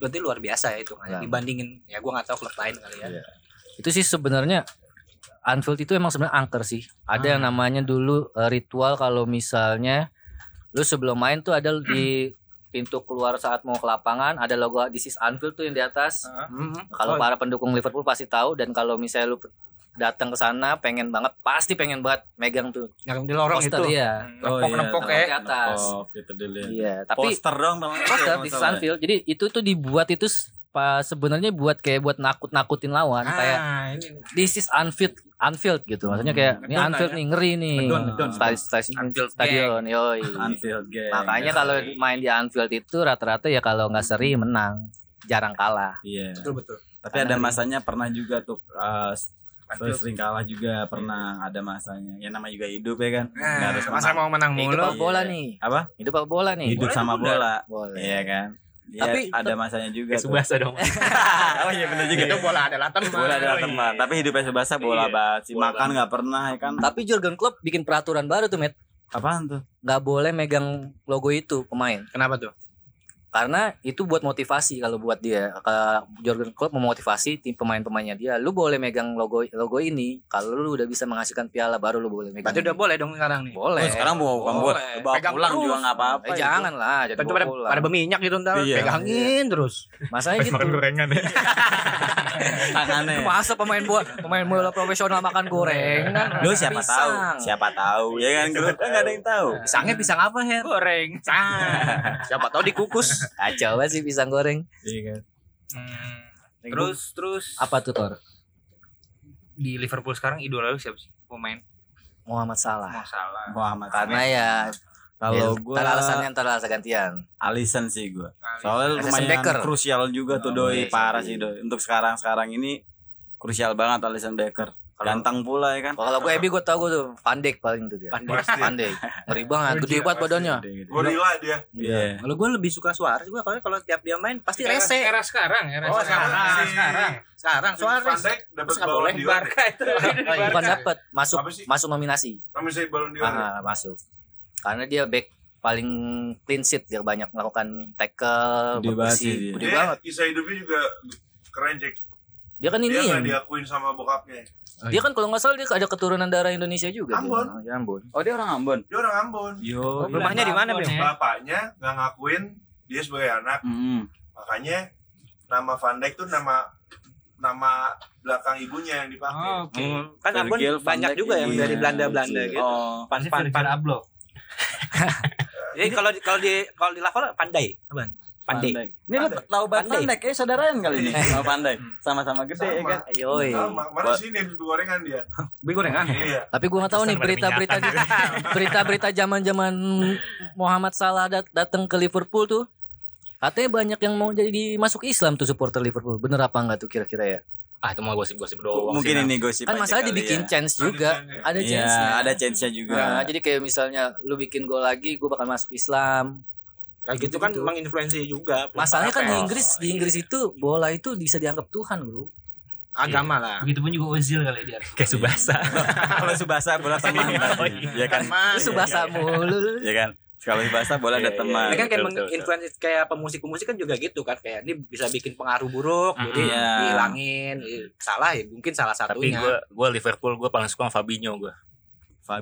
Speaker 4: berarti luar biasa ya itu
Speaker 1: Nah.
Speaker 4: kan. dibandingin ya gua nggak tahu klub lain kali ya.
Speaker 1: Iya. Itu sih sebenarnya Anfield itu emang sebenarnya angker sih. Ada yang namanya dulu eh, ritual kalau misalnya lu sebelum main tuh ada di pintu keluar saat mau ke lapangan ada logo This is Anfield tuh yang di atas.
Speaker 2: Mm-hmm.
Speaker 1: Kalau
Speaker 4: Oh,
Speaker 1: para pendukung Liverpool pasti tahu dan kalau misalnya lu datang ke sana pengen banget pasti pengen banget megang tuh
Speaker 4: yang di lorong
Speaker 1: poster
Speaker 4: itu.
Speaker 1: iya.
Speaker 5: Oh,
Speaker 3: Nepok
Speaker 5: iya,
Speaker 3: nepok
Speaker 1: taruh
Speaker 3: ya.
Speaker 1: di atas.
Speaker 5: Oh, gitu dulu.
Speaker 1: Iya, tapi
Speaker 5: Poster dong, Iya, teman.
Speaker 1: poster di Anfield. Jadi itu tuh dibuat itu s- pa- sebenarnya buat kayak buat nakut-nakutin lawan kayak
Speaker 4: Ah, ini nih.
Speaker 1: this is Anfield Anfield gitu. Maksudnya kayak ini
Speaker 5: Ngedon
Speaker 1: Anfield
Speaker 5: lah ya.
Speaker 1: nih ngeri nih.
Speaker 5: Ngedon, ngedon.
Speaker 1: Stadion stadion,
Speaker 3: Anfield
Speaker 1: stadion yoi.
Speaker 5: Anfield game.
Speaker 1: Makanya kalau main di Anfield itu rata-rata ya kalau nggak seri menang, jarang kalah.
Speaker 5: Iya.
Speaker 4: betul betul.
Speaker 5: Tapi ada masanya pernah juga tuh eh,
Speaker 3: Anfield.
Speaker 5: sering kalah juga pernah ada masanya. Ya nama juga hidup ya kan. Nggak
Speaker 3: Nah,
Speaker 5: harus
Speaker 3: masa
Speaker 5: menang.
Speaker 3: mau menang
Speaker 1: Hidup
Speaker 3: mulu.
Speaker 1: apa bola
Speaker 5: Iya.
Speaker 1: nih?
Speaker 5: Apa?
Speaker 1: Hidup apa bola nih?
Speaker 5: Hidup
Speaker 3: Boleh
Speaker 5: sama
Speaker 3: juga.
Speaker 5: bola.
Speaker 1: Boleh.
Speaker 5: Iya kan. Iya,
Speaker 1: Tapi
Speaker 5: ada masanya juga.
Speaker 2: Kayak
Speaker 5: tuh.
Speaker 2: Subasa dong.
Speaker 5: oh iya benar juga.
Speaker 4: Itu bola adalah teman.
Speaker 5: bola adalah teman, tapi hidupnya sebasa
Speaker 2: Iya.
Speaker 5: bola banget sih.
Speaker 2: Bola
Speaker 5: Makan nggak pernah ya kan.
Speaker 1: Tapi Jurgen Klopp bikin peraturan baru tuh, Met.
Speaker 5: Apaan tuh?
Speaker 1: Nggak boleh megang logo itu pemain.
Speaker 4: Kenapa tuh?
Speaker 1: karena itu buat motivasi kalau buat dia Ke- Jurgen Klopp memotivasi tim pemain-pemainnya dia lu boleh megang logo logo ini kalau lu udah bisa menghasilkan piala baru lu boleh megang
Speaker 4: Berarti udah
Speaker 1: ini.
Speaker 4: boleh dong sekarang nih.
Speaker 1: boleh
Speaker 5: Oh, sekarang bawa bukan
Speaker 1: Boleh.
Speaker 5: buat bawa
Speaker 4: Pegang
Speaker 5: pulang
Speaker 4: terus.
Speaker 5: juga nggak apa-apa.
Speaker 1: Eh, jangan lah jadi
Speaker 4: Tentu pada,
Speaker 1: bola.
Speaker 4: pada berminyak gitu ntar
Speaker 5: Iya.
Speaker 4: pegangin terus.
Speaker 1: masanya gitu
Speaker 2: makan gorengan ya.
Speaker 5: itu. Tangannya.
Speaker 1: masa pemain bola pemain bola profesional makan gorengan
Speaker 5: Lu siapa
Speaker 1: Pisang.
Speaker 5: tahu? Siapa tahu? Ya kan grup kan nggak ada yang tahu.
Speaker 4: Pisangnya pisang apa her?
Speaker 3: goreng
Speaker 4: Siapa tahu dikukus.
Speaker 1: kacau banget sih pisang goreng
Speaker 3: Hmm,
Speaker 1: terus
Speaker 3: terus terus
Speaker 1: apa tuh Tor
Speaker 3: di Liverpool sekarang idola lu siapa sih pemain
Speaker 1: Muhammad Salah
Speaker 3: mau salah
Speaker 5: Muhammad
Speaker 1: karena ya ya,
Speaker 5: Kalau gue
Speaker 1: ntar alasannya ntar alasan gantian
Speaker 5: Alisson sih gue.
Speaker 3: Alisson.
Speaker 5: Soalnya
Speaker 1: Alisson
Speaker 5: lumayan
Speaker 1: Becker.
Speaker 5: krusial juga tuh
Speaker 1: Oh, iya,
Speaker 5: doi parah
Speaker 1: iya.
Speaker 5: sih doi. Untuk sekarang sekarang ini krusial banget Alisson Becker. Ganteng pula ya kan.
Speaker 1: kalau gue Ebi gue tau gue tuh Pandek paling tuh dia
Speaker 7: Pasti.
Speaker 1: Pandek ngeri banget
Speaker 5: ya
Speaker 1: gede banget badannya
Speaker 7: Gorila Oh, dia.
Speaker 5: gitu. Iya.
Speaker 4: Kalau gue lebih suka Suarez gue kalau kalau tiap dia main pasti
Speaker 3: era,
Speaker 4: rese.
Speaker 3: era sekarang era
Speaker 7: Oh,
Speaker 3: sekarang
Speaker 7: sekarang.
Speaker 3: Era sekarang
Speaker 4: Sekarang
Speaker 7: Van
Speaker 4: Suarez.
Speaker 7: Dijk dapat
Speaker 4: Masa nggak
Speaker 7: balon
Speaker 4: boleh?
Speaker 7: di
Speaker 3: Barca itu
Speaker 5: Oh, iya.
Speaker 1: bukan dapet masuk
Speaker 7: Apa sih?
Speaker 1: masuk nominasi
Speaker 7: Namanya saya balon di
Speaker 5: iya.
Speaker 1: Ah, masuk karena dia back paling clean sheet dia banyak melakukan tackle
Speaker 5: Gede banget
Speaker 1: bersih.
Speaker 5: sih dia.
Speaker 1: gede banget
Speaker 7: Kisah hidupnya juga keren cek.
Speaker 1: dia
Speaker 5: Iya,
Speaker 1: kan ini
Speaker 7: Dia
Speaker 1: ya.
Speaker 7: nggak diakuin sama bokapnya.
Speaker 1: dia kan kalau nggak salah dia ada keturunan darah Indonesia juga dia.
Speaker 7: Ambon.
Speaker 1: Ya, Ambon
Speaker 5: Oh dia orang Ambon.
Speaker 7: Dia orang Ambon.
Speaker 2: Oh,
Speaker 5: Yo. iya.
Speaker 4: Rumah- Rumahnya di mana, Bim?
Speaker 2: Eh.
Speaker 7: Bapaknya nggak ngakuin dia sebagai anak. Makanya nama Van Dijk tuh nama nama belakang ibunya yang dipakai.
Speaker 3: oke
Speaker 4: Kan Ambon
Speaker 5: Virgil van
Speaker 4: banyak
Speaker 5: Dijk
Speaker 4: juga yang
Speaker 5: ini.
Speaker 4: dari
Speaker 5: Iya,
Speaker 4: Belanda-Belanda
Speaker 5: betul.
Speaker 4: gitu.
Speaker 5: Oh.
Speaker 4: Pan pan pan.
Speaker 3: Ablo
Speaker 4: Jadi kalau di- kalau di kalau di Laval pandai, Apaan? Pandai.
Speaker 5: Ini lu tahu Van
Speaker 4: Pandai.
Speaker 5: Dijk ya saudaraan kali ini sama Pandai. Sama-sama gede ya
Speaker 7: Sama.
Speaker 5: kan.
Speaker 1: Ayoi.
Speaker 7: Sama, mana
Speaker 5: Ba-
Speaker 7: sini habis gorengan dia.
Speaker 4: Beli gorengan.
Speaker 7: Iya.
Speaker 1: tapi gua nggak tahu nih
Speaker 2: Kesan pada
Speaker 1: berita-berita berita-berita zaman-zaman Muhammad Salah dat- datang ke Liverpool tuh katanya banyak yang mau jadi masuk Islam tuh supporter Liverpool bener apa nggak tuh kira-kira ya
Speaker 2: Ah itu mah gosip-gosip doang.
Speaker 5: Mungkin
Speaker 2: sih,
Speaker 5: ini gosip
Speaker 1: kan
Speaker 5: aja
Speaker 1: masalah
Speaker 5: kali
Speaker 1: dibikin
Speaker 5: ya.
Speaker 1: chance juga
Speaker 7: Ada
Speaker 1: ada Nah,
Speaker 5: Iya,
Speaker 1: chance
Speaker 5: ada chance-nya juga.
Speaker 1: jadi kayak misalnya lu bikin gol lagi gua bakal masuk Islam
Speaker 4: Kayak gitu kan
Speaker 1: Gitu.
Speaker 4: menginfluensi juga.
Speaker 1: masalahnya kan di
Speaker 4: Apa ya?
Speaker 1: Inggris di Inggris itu bola itu bisa dianggap Tuhan bro
Speaker 4: agama lah.
Speaker 2: Gitu
Speaker 3: begitupun juga Ozil kali dia
Speaker 2: nah. Kayak Subasa.
Speaker 5: Kalau Subasa bola teman.
Speaker 2: Oh,
Speaker 5: Ya kan.
Speaker 4: Mas.
Speaker 1: itu bahasa mulu
Speaker 5: Ya kan. Kalau Subasa bola
Speaker 2: Iya,
Speaker 5: ada
Speaker 2: iya.
Speaker 5: teman.
Speaker 4: Ini kan kayak
Speaker 2: Betul, betul,
Speaker 4: menginfluensi kayak pemusik-pemusik kan juga gitu kan kayak ini bisa bikin pengaruh buruk
Speaker 2: Mm,
Speaker 4: jadi
Speaker 5: iya.
Speaker 4: dihilangin eh, salah ya mungkin salah
Speaker 2: Tapi
Speaker 4: satunya.
Speaker 2: gue gue Liverpool gue paling suka sama Fabinho gue.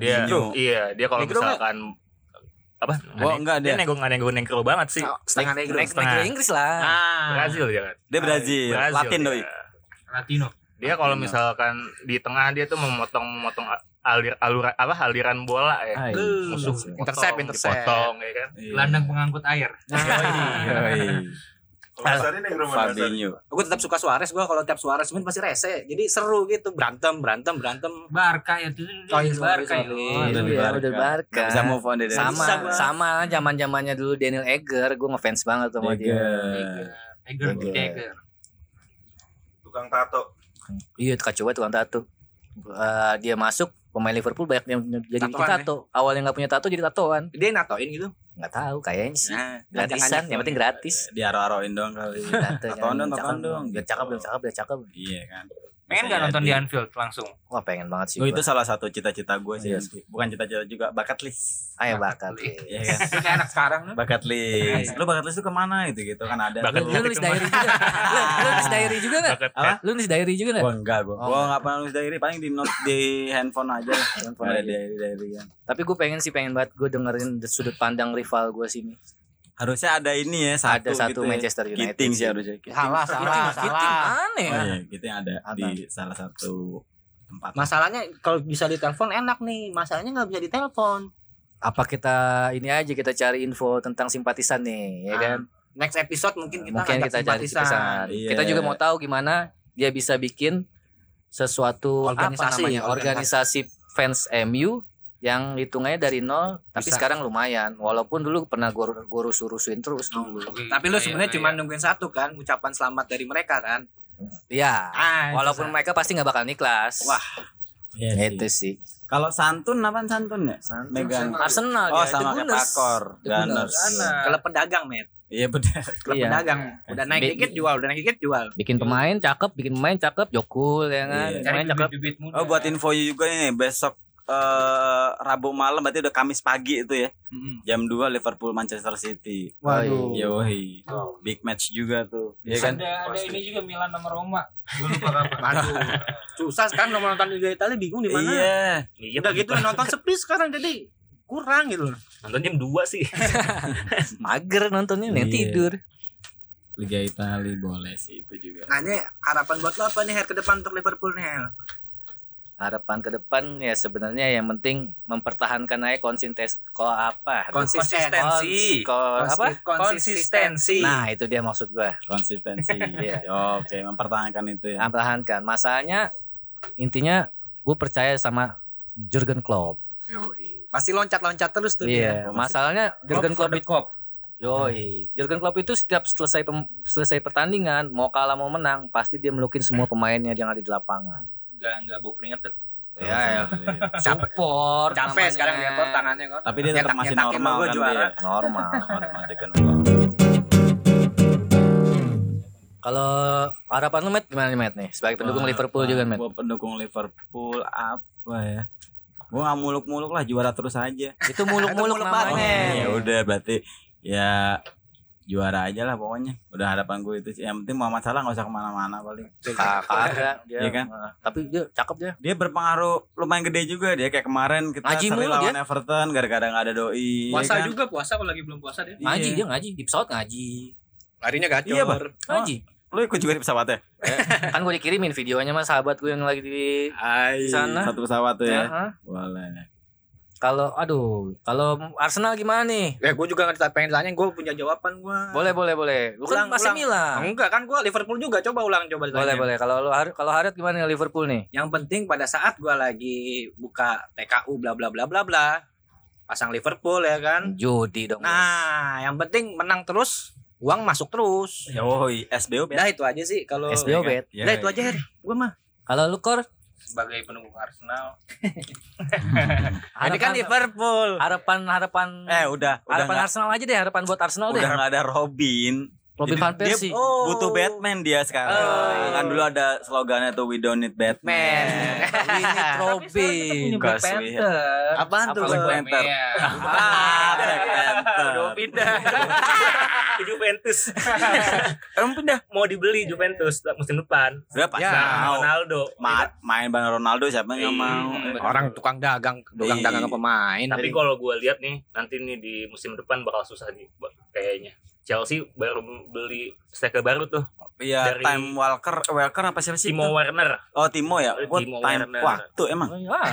Speaker 2: Dia
Speaker 5: Fabinho.
Speaker 2: iya dia kalau
Speaker 4: Negro nggak?
Speaker 2: misalkan apa?
Speaker 5: Oh, enggak
Speaker 2: dia
Speaker 5: dia.
Speaker 2: nego nego negro banget sih.
Speaker 4: Nah, setengah negro.
Speaker 1: naik naik Inggris
Speaker 5: Nah, iya,
Speaker 1: lah
Speaker 4: Ah.
Speaker 2: Brazil ya kan.
Speaker 5: Dia Brazil,
Speaker 2: Brazil,
Speaker 5: Iya, Latin
Speaker 2: dia.
Speaker 5: doi.
Speaker 3: Latino
Speaker 4: Iya.
Speaker 2: Dia kalau
Speaker 5: Latino.
Speaker 2: misalkan di tengah dia tuh memotong memotong alir aluran apa aliran bola ya.
Speaker 5: Ah,
Speaker 1: Ay,
Speaker 2: Musuh
Speaker 1: Iya.
Speaker 4: Intercept,
Speaker 2: potong,
Speaker 4: intercept.
Speaker 2: dipotong, ya kan.
Speaker 5: Iya.
Speaker 3: gelandang pengangkut air
Speaker 5: Yoi.
Speaker 7: Dasarnya negro mana dasarnya?
Speaker 5: Fabinho.
Speaker 4: Gue tetap suka Suarez gue kalau tiap Suarez main pasti rese. Jadi seru gitu berantem berantem berantem.
Speaker 3: Barca ya itu
Speaker 4: Oh, iya, sorry,
Speaker 3: Barca ya
Speaker 4: sorry.
Speaker 1: Itu
Speaker 5: Udah
Speaker 1: ya,
Speaker 5: di
Speaker 1: udah
Speaker 5: Barca.
Speaker 1: Barca.
Speaker 5: Gak bisa move on dari
Speaker 4: Nggak
Speaker 1: sama
Speaker 4: bisa gua.
Speaker 1: sama zaman zamannya dulu Daniel Egger gue ngefans banget sama dia
Speaker 5: Tiga.
Speaker 3: Eger
Speaker 5: Eger.
Speaker 3: Eger
Speaker 7: Tukang tato.
Speaker 1: iya kacau banget tukang tato Eh, dia masuk pemain Liverpool banyak yang jadi bikin
Speaker 4: Tatoan, ya?
Speaker 1: tato awalnya nggak punya tato jadi tatoan
Speaker 4: Dia natoin gitu.
Speaker 1: nggak tahu kayaknya sih
Speaker 5: Nah,
Speaker 1: gratisan yang penting gratis Iya,
Speaker 5: diaro-aroin doang kali.
Speaker 1: tato
Speaker 5: Tatoan dong, tatoan dong. gitu.
Speaker 1: biar cakep biar cakep biar cakep
Speaker 5: Iya kan.
Speaker 3: pengen nggak
Speaker 5: Bisa
Speaker 3: nonton
Speaker 5: jadi.
Speaker 3: di Anfield langsung
Speaker 1: wah pengen banget sih
Speaker 5: Oh,
Speaker 1: gua.
Speaker 5: itu salah satu cita-cita gue sih.
Speaker 1: Iya.
Speaker 5: Bukan cita-cita juga, bucket list.
Speaker 1: ayo bakat
Speaker 5: Iya kan.
Speaker 3: kayak anak sekarang
Speaker 5: Bucket list. Lu bucket list tuh kemana gitu gitu kan ada.
Speaker 1: lu,
Speaker 2: Bucket
Speaker 5: Lu-
Speaker 1: lu nulis diary juga lu, lu nulis diary juga nggak
Speaker 2: Bucket
Speaker 5: Apa?
Speaker 2: hat.
Speaker 1: lu nulis diary juga nggak
Speaker 5: Gua enggak gua.
Speaker 1: Oh,
Speaker 5: gua enggak pernah nulis diary, paling di note di handphone aja. lah.
Speaker 1: Handphone
Speaker 5: Ada
Speaker 1: aja.
Speaker 5: diary diary kan.
Speaker 1: tapi gue pengen sih pengen banget gue dengerin sudut pandang rival gue sini
Speaker 5: Harusnya ada ini ya,
Speaker 1: ada
Speaker 5: satu
Speaker 1: satu
Speaker 5: gitu ya.
Speaker 1: Manchester United
Speaker 5: Kiting sih harusnya. Kiting.
Speaker 4: Ya Salah
Speaker 3: Gitu,
Speaker 4: salah salah.
Speaker 1: aneh
Speaker 5: Oh
Speaker 1: ya.
Speaker 5: iya, kiting ada di salah satu tempat.
Speaker 4: Masalahnya kalau bisa ditelepon enak nih. Masalahnya nggak bisa ditelepon.
Speaker 1: apa kita ini aja kita cari info tentang simpatisan nih ya
Speaker 4: Ah,
Speaker 1: kan
Speaker 4: Next episode mungkin kita
Speaker 1: mungkin
Speaker 4: ngajak
Speaker 1: kita cari
Speaker 4: simpatisan.
Speaker 1: simpatisan
Speaker 5: Iya.
Speaker 1: kita juga mau tahu gimana dia bisa bikin sesuatu apa
Speaker 4: Organisasi,
Speaker 1: namanya,
Speaker 4: ya,
Speaker 1: organisasi fans MU yang hitungannya dari nol tapi
Speaker 4: Bisa.
Speaker 1: sekarang lumayan walaupun dulu pernah guru guru surusin terus dulu
Speaker 3: Iya,
Speaker 4: Tapi lu sebenarnya cuma nungguin satu kan, ucapan selamat dari mereka kan.
Speaker 1: ya
Speaker 4: Ah, itu
Speaker 1: walaupun mereka pasti nggak bakal niklas
Speaker 4: Wah.
Speaker 5: Iya sih.
Speaker 1: itu sih
Speaker 5: Kalau santun apaan santun ya? Megang.
Speaker 1: Arsenal
Speaker 5: Oh
Speaker 1: ya,
Speaker 5: sama
Speaker 1: The
Speaker 5: kayak
Speaker 1: Gunners.
Speaker 5: Pakor,
Speaker 1: The Gunners.
Speaker 5: Gunners.
Speaker 4: klub pedagang, Met.
Speaker 5: Iya benar.
Speaker 4: Klub
Speaker 1: Iya.
Speaker 4: pedagang. Udah naik
Speaker 1: Be-
Speaker 4: dikit jual, udah naik dikit jual.
Speaker 1: bikin pemain cakep bikin pemain cakep jokul ya kan
Speaker 5: Iya.
Speaker 4: gitu.
Speaker 1: pemain cakep
Speaker 3: duit muda
Speaker 5: Oh buat info juga nih besok eh, Rabu malam berarti udah Kamis pagi itu ya.
Speaker 3: Mm-mm.
Speaker 5: Jam 2 Liverpool Manchester City.
Speaker 1: Waduh.
Speaker 5: Yoi. Big match juga tuh. Iya kan?
Speaker 3: ada ada
Speaker 7: Pasti.
Speaker 3: ini juga Milan sama Roma
Speaker 7: Gue lupa kapan.
Speaker 4: Aduh. Susah kan kalau mau nonton Liga Italia bingung di mana.
Speaker 5: Iya.
Speaker 2: Iya,
Speaker 4: Udah gitu yang nonton sepi sekarang jadi kurang gitu loh.
Speaker 2: Nonton jam 2 sih.
Speaker 1: Mager nontonnya nih
Speaker 5: Iya.
Speaker 1: tidur.
Speaker 5: Liga Italia boleh sih itu juga.
Speaker 4: Hanya harapan buat lo apa nih Her, ke depan untuk Liverpool nih? Hel?
Speaker 1: Harapan ke depan ya sebenarnya yang penting mempertahankan aja konsistensi ko apa?
Speaker 4: Konsisten.
Speaker 1: Konsistensi. Ko, apa?
Speaker 4: Konsistensi. Nah,
Speaker 1: Nah, itu dia maksud gua.
Speaker 5: Konsistensi.
Speaker 1: Iya.
Speaker 5: Ya, Oke, mempertahankan itu ya.
Speaker 1: Pertahankan. Masalahnya intinya gue percaya sama Jurgen Klopp.
Speaker 4: pasti loncat-loncat terus tuh dia.
Speaker 1: Iya,
Speaker 5: Gua masih-
Speaker 1: masalahnya Jurgen Klopp itu Yoi, Jurgen Klopp itu setiap selesai pem- selesai pertandingan, mau kalah mau menang, pasti dia melukin semua pemainnya yang ada di lapangan.
Speaker 3: nggak nggak bau keringet tuh
Speaker 1: Iya,
Speaker 5: Iya.
Speaker 4: Capek.
Speaker 1: Support
Speaker 4: Capek
Speaker 1: namanya.
Speaker 4: sekarang dia Port, tangannya kan.
Speaker 5: Tapi dia tetap masih
Speaker 4: Nyetak-nyetakin
Speaker 5: normal
Speaker 4: logo
Speaker 5: kan
Speaker 4: juara.
Speaker 5: dia.
Speaker 1: Normal.
Speaker 5: Normal, tekan normal.
Speaker 1: Kalau harapan lu Matt gimana nih Matt nih? Sebagai pendukung
Speaker 5: Wah,
Speaker 1: Liverpool
Speaker 5: wah,
Speaker 1: juga Matt.
Speaker 5: Gua pendukung Liverpool apa ya? Gua nggak muluk-muluk lah juara terus aja.
Speaker 1: Itu muluk-muluk
Speaker 4: muluk
Speaker 1: namanya. Iya,
Speaker 4: banget.
Speaker 5: ya udah berarti ya juara aja lah pokoknya. Udah harapan gue itu sih. Yang penting Muhammad Salah nggak usah kemana-mana paling.
Speaker 1: Kakak dia.
Speaker 5: Iya kan? Iya.
Speaker 1: Nah, Tapi dia cakep dia.
Speaker 5: Dia berpengaruh lumayan gede juga dia kayak kemarin kita
Speaker 1: Ngaji
Speaker 5: seri
Speaker 1: mulu
Speaker 5: lawan Everton gara-gara nggak ada
Speaker 4: Iya
Speaker 5: doi.
Speaker 3: puasa
Speaker 5: ya kan?
Speaker 3: juga puasa kalau lagi belum puasa deh
Speaker 5: Iya.
Speaker 1: Ngaji dia ngaji di pesawat ngaji.
Speaker 4: Larinya gacor.
Speaker 5: Iya, Pak.
Speaker 1: Ngaji.
Speaker 5: Lu ikut juga di pesawatnya?
Speaker 1: Kan gue dikirimin videonya sama sahabat gue yang lagi di
Speaker 5: Ay,
Speaker 1: Sana.
Speaker 5: satu pesawat tuh ya.
Speaker 1: Heeh.
Speaker 5: Boleh.
Speaker 1: Kalau aduh, kalau Arsenal gimana nih?
Speaker 4: Ya gue juga nggak pengen tanya, gue punya jawaban gue.
Speaker 1: Boleh boleh boleh. Lu kan
Speaker 4: Ulang,
Speaker 1: masih
Speaker 4: ulang.
Speaker 1: Milan.
Speaker 4: Enggak kan gue Liverpool juga coba ulang coba ditanya.
Speaker 1: Boleh boleh. Kalau lu Har- kalau Harut gimana nih Liverpool nih?
Speaker 4: Yang penting pada saat gue lagi buka TKU bla bla bla bla bla pasang Liverpool ya kan.
Speaker 1: Judi dong.
Speaker 4: Nah, yang penting menang terus, uang masuk terus.
Speaker 5: Ya woi, SBO
Speaker 4: Udah itu aja sih kalau
Speaker 1: bos. SBO bet.
Speaker 5: Ya,
Speaker 4: Udah itu aja Her, gue mah.
Speaker 1: Kalau lu Kor,
Speaker 3: sebagai pendukung Arsenal
Speaker 4: Ini kan
Speaker 1: harapan
Speaker 4: Liverpool.
Speaker 1: harapan harapan
Speaker 5: Eh udah, udah
Speaker 1: harapan
Speaker 5: nggak-
Speaker 1: Arsenal aja deh, harapan buat Arsenal
Speaker 5: udah
Speaker 1: deh.
Speaker 5: nggak ada Robin.
Speaker 1: Robin
Speaker 5: Jadi
Speaker 1: van
Speaker 5: dia-
Speaker 1: Persie.
Speaker 4: Oh.
Speaker 5: butuh Batman dia sekarang.
Speaker 4: Oh.
Speaker 5: Kan dulu ada slogannya tuh we don't need
Speaker 4: Man.
Speaker 5: Batman.
Speaker 1: Ini Robin.
Speaker 5: Black Panther.
Speaker 4: Apaan tuh?
Speaker 5: iya. Black Panther. Ah, Black
Speaker 4: Iya.
Speaker 5: Panther.
Speaker 2: pindah. Ke Juventus.
Speaker 5: Emang pindah.
Speaker 2: Mau dibeli Juventus musim depan.
Speaker 5: Berapa?
Speaker 4: Ya,
Speaker 5: mau.
Speaker 2: Ronaldo.
Speaker 5: Ma- main bareng Ronaldo siapa yang nggak mau?
Speaker 2: Iya,
Speaker 5: Eh,
Speaker 4: Orang tukang dagang, tukang
Speaker 5: Iya.
Speaker 4: dagang ke pemain.
Speaker 2: Tapi kalau gue lihat nih nanti nih di musim depan bakal susah nih buat- kayaknya. Chelsea baru beli striker baru tuh,
Speaker 5: Iya,
Speaker 2: Dari-
Speaker 5: Time Walker, eh, Walker apa siapa sih?
Speaker 2: Timo
Speaker 5: itu?
Speaker 2: Werner.
Speaker 5: Oh, Timo ya.
Speaker 2: Timo
Speaker 5: Gua time
Speaker 2: Werner.
Speaker 5: waktu emang.
Speaker 1: Wah.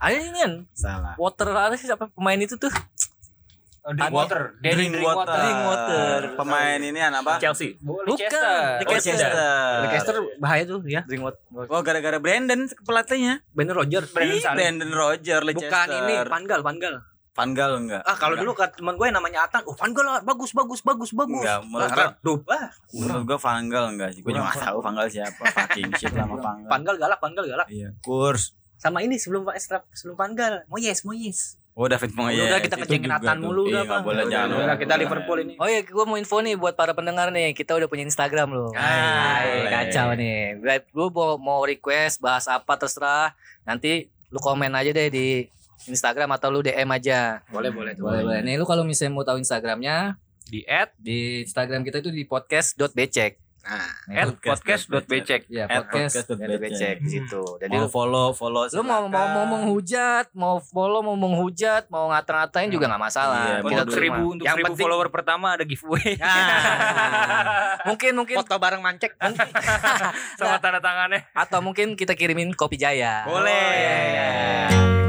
Speaker 1: Ada ini kan
Speaker 5: Salah.
Speaker 1: water ada sih siapa pemain itu tuh?
Speaker 5: Oh,
Speaker 3: Drinkwater
Speaker 5: Drinkwater.
Speaker 1: Drinkwater.
Speaker 5: Pemain ini anak apa?
Speaker 2: Chelsea.
Speaker 1: Bukan.
Speaker 5: Oh, Chester.
Speaker 4: Leicester bahaya tuh ya.
Speaker 1: Drinkwater.
Speaker 5: Oh, gara-gara Brandon pelatihnya.
Speaker 4: Bener Roger.
Speaker 5: Ih, Brandon Roger Leicester.
Speaker 4: Bukan ini Pangal, Pangal.
Speaker 5: Van Gaal enggak?
Speaker 4: Ah kalau dulu kata teman gue yang namanya Atan, oh Van Gaal bagus bagus bagus bagus.
Speaker 5: Enggak,
Speaker 4: Ah,
Speaker 5: menurut gua-
Speaker 4: redup. Ah,
Speaker 5: Menurut gua Van Gaal enggak sih? Gua juga enggak tahu Van Gaal siapa. Fucking shit lah sama Van Gaal.
Speaker 4: Van Gaal galak, Van Gaal galak.
Speaker 5: Iya, kurs.
Speaker 4: Sama ini sebelum extra sebelum Van Gaal, Moyes, Moyes.
Speaker 5: Oh, David Moyes.
Speaker 4: Udah, kita
Speaker 5: itu
Speaker 4: kencengin
Speaker 5: juga
Speaker 4: Nathan
Speaker 5: tuh.
Speaker 4: mulu,
Speaker 5: Iya,
Speaker 4: udah,
Speaker 5: nggak
Speaker 4: Bang.
Speaker 5: boleh
Speaker 4: Udah,
Speaker 5: jangan.
Speaker 4: udah, kita Liverpool ini.
Speaker 1: Oh iya, gue mau info nih buat para pendengar nih. Kita udah punya Instagram loh.
Speaker 5: Hai.
Speaker 1: Hai, kacau nih. Gue mau, mau request bahas apa terserah. Nanti lu komen aja deh di Instagram atau lu DM aja.
Speaker 4: Boleh boleh tuh.
Speaker 1: Boleh boleh. Nih lu kalau misalnya mau tahu Instagramnya
Speaker 3: di at
Speaker 1: di Instagram kita itu di podcast.becek.
Speaker 4: Nah,
Speaker 1: Nih,
Speaker 3: at podcast.becek
Speaker 1: Ya,
Speaker 5: At
Speaker 1: podcast.
Speaker 5: podcast.becek.
Speaker 1: Becek di situ. Jadi
Speaker 5: Mau
Speaker 1: lu
Speaker 5: Oh, follow, follow.
Speaker 1: lu mau mau mau menghujat, mau follow, mau menghujat, mau ngata-ngatain juga nggak masalah. Kita
Speaker 5: Iya,
Speaker 3: untuk
Speaker 5: mau
Speaker 1: terima.
Speaker 3: seribu untuk
Speaker 4: Yang
Speaker 3: seribu
Speaker 4: penting-
Speaker 3: follower pertama ada giveaway
Speaker 1: Nah, mungkin mungkin
Speaker 4: foto bareng mancek.
Speaker 3: sama tanda tangannya
Speaker 1: atau mungkin kita kirimin kopi jaya.
Speaker 4: Boleh.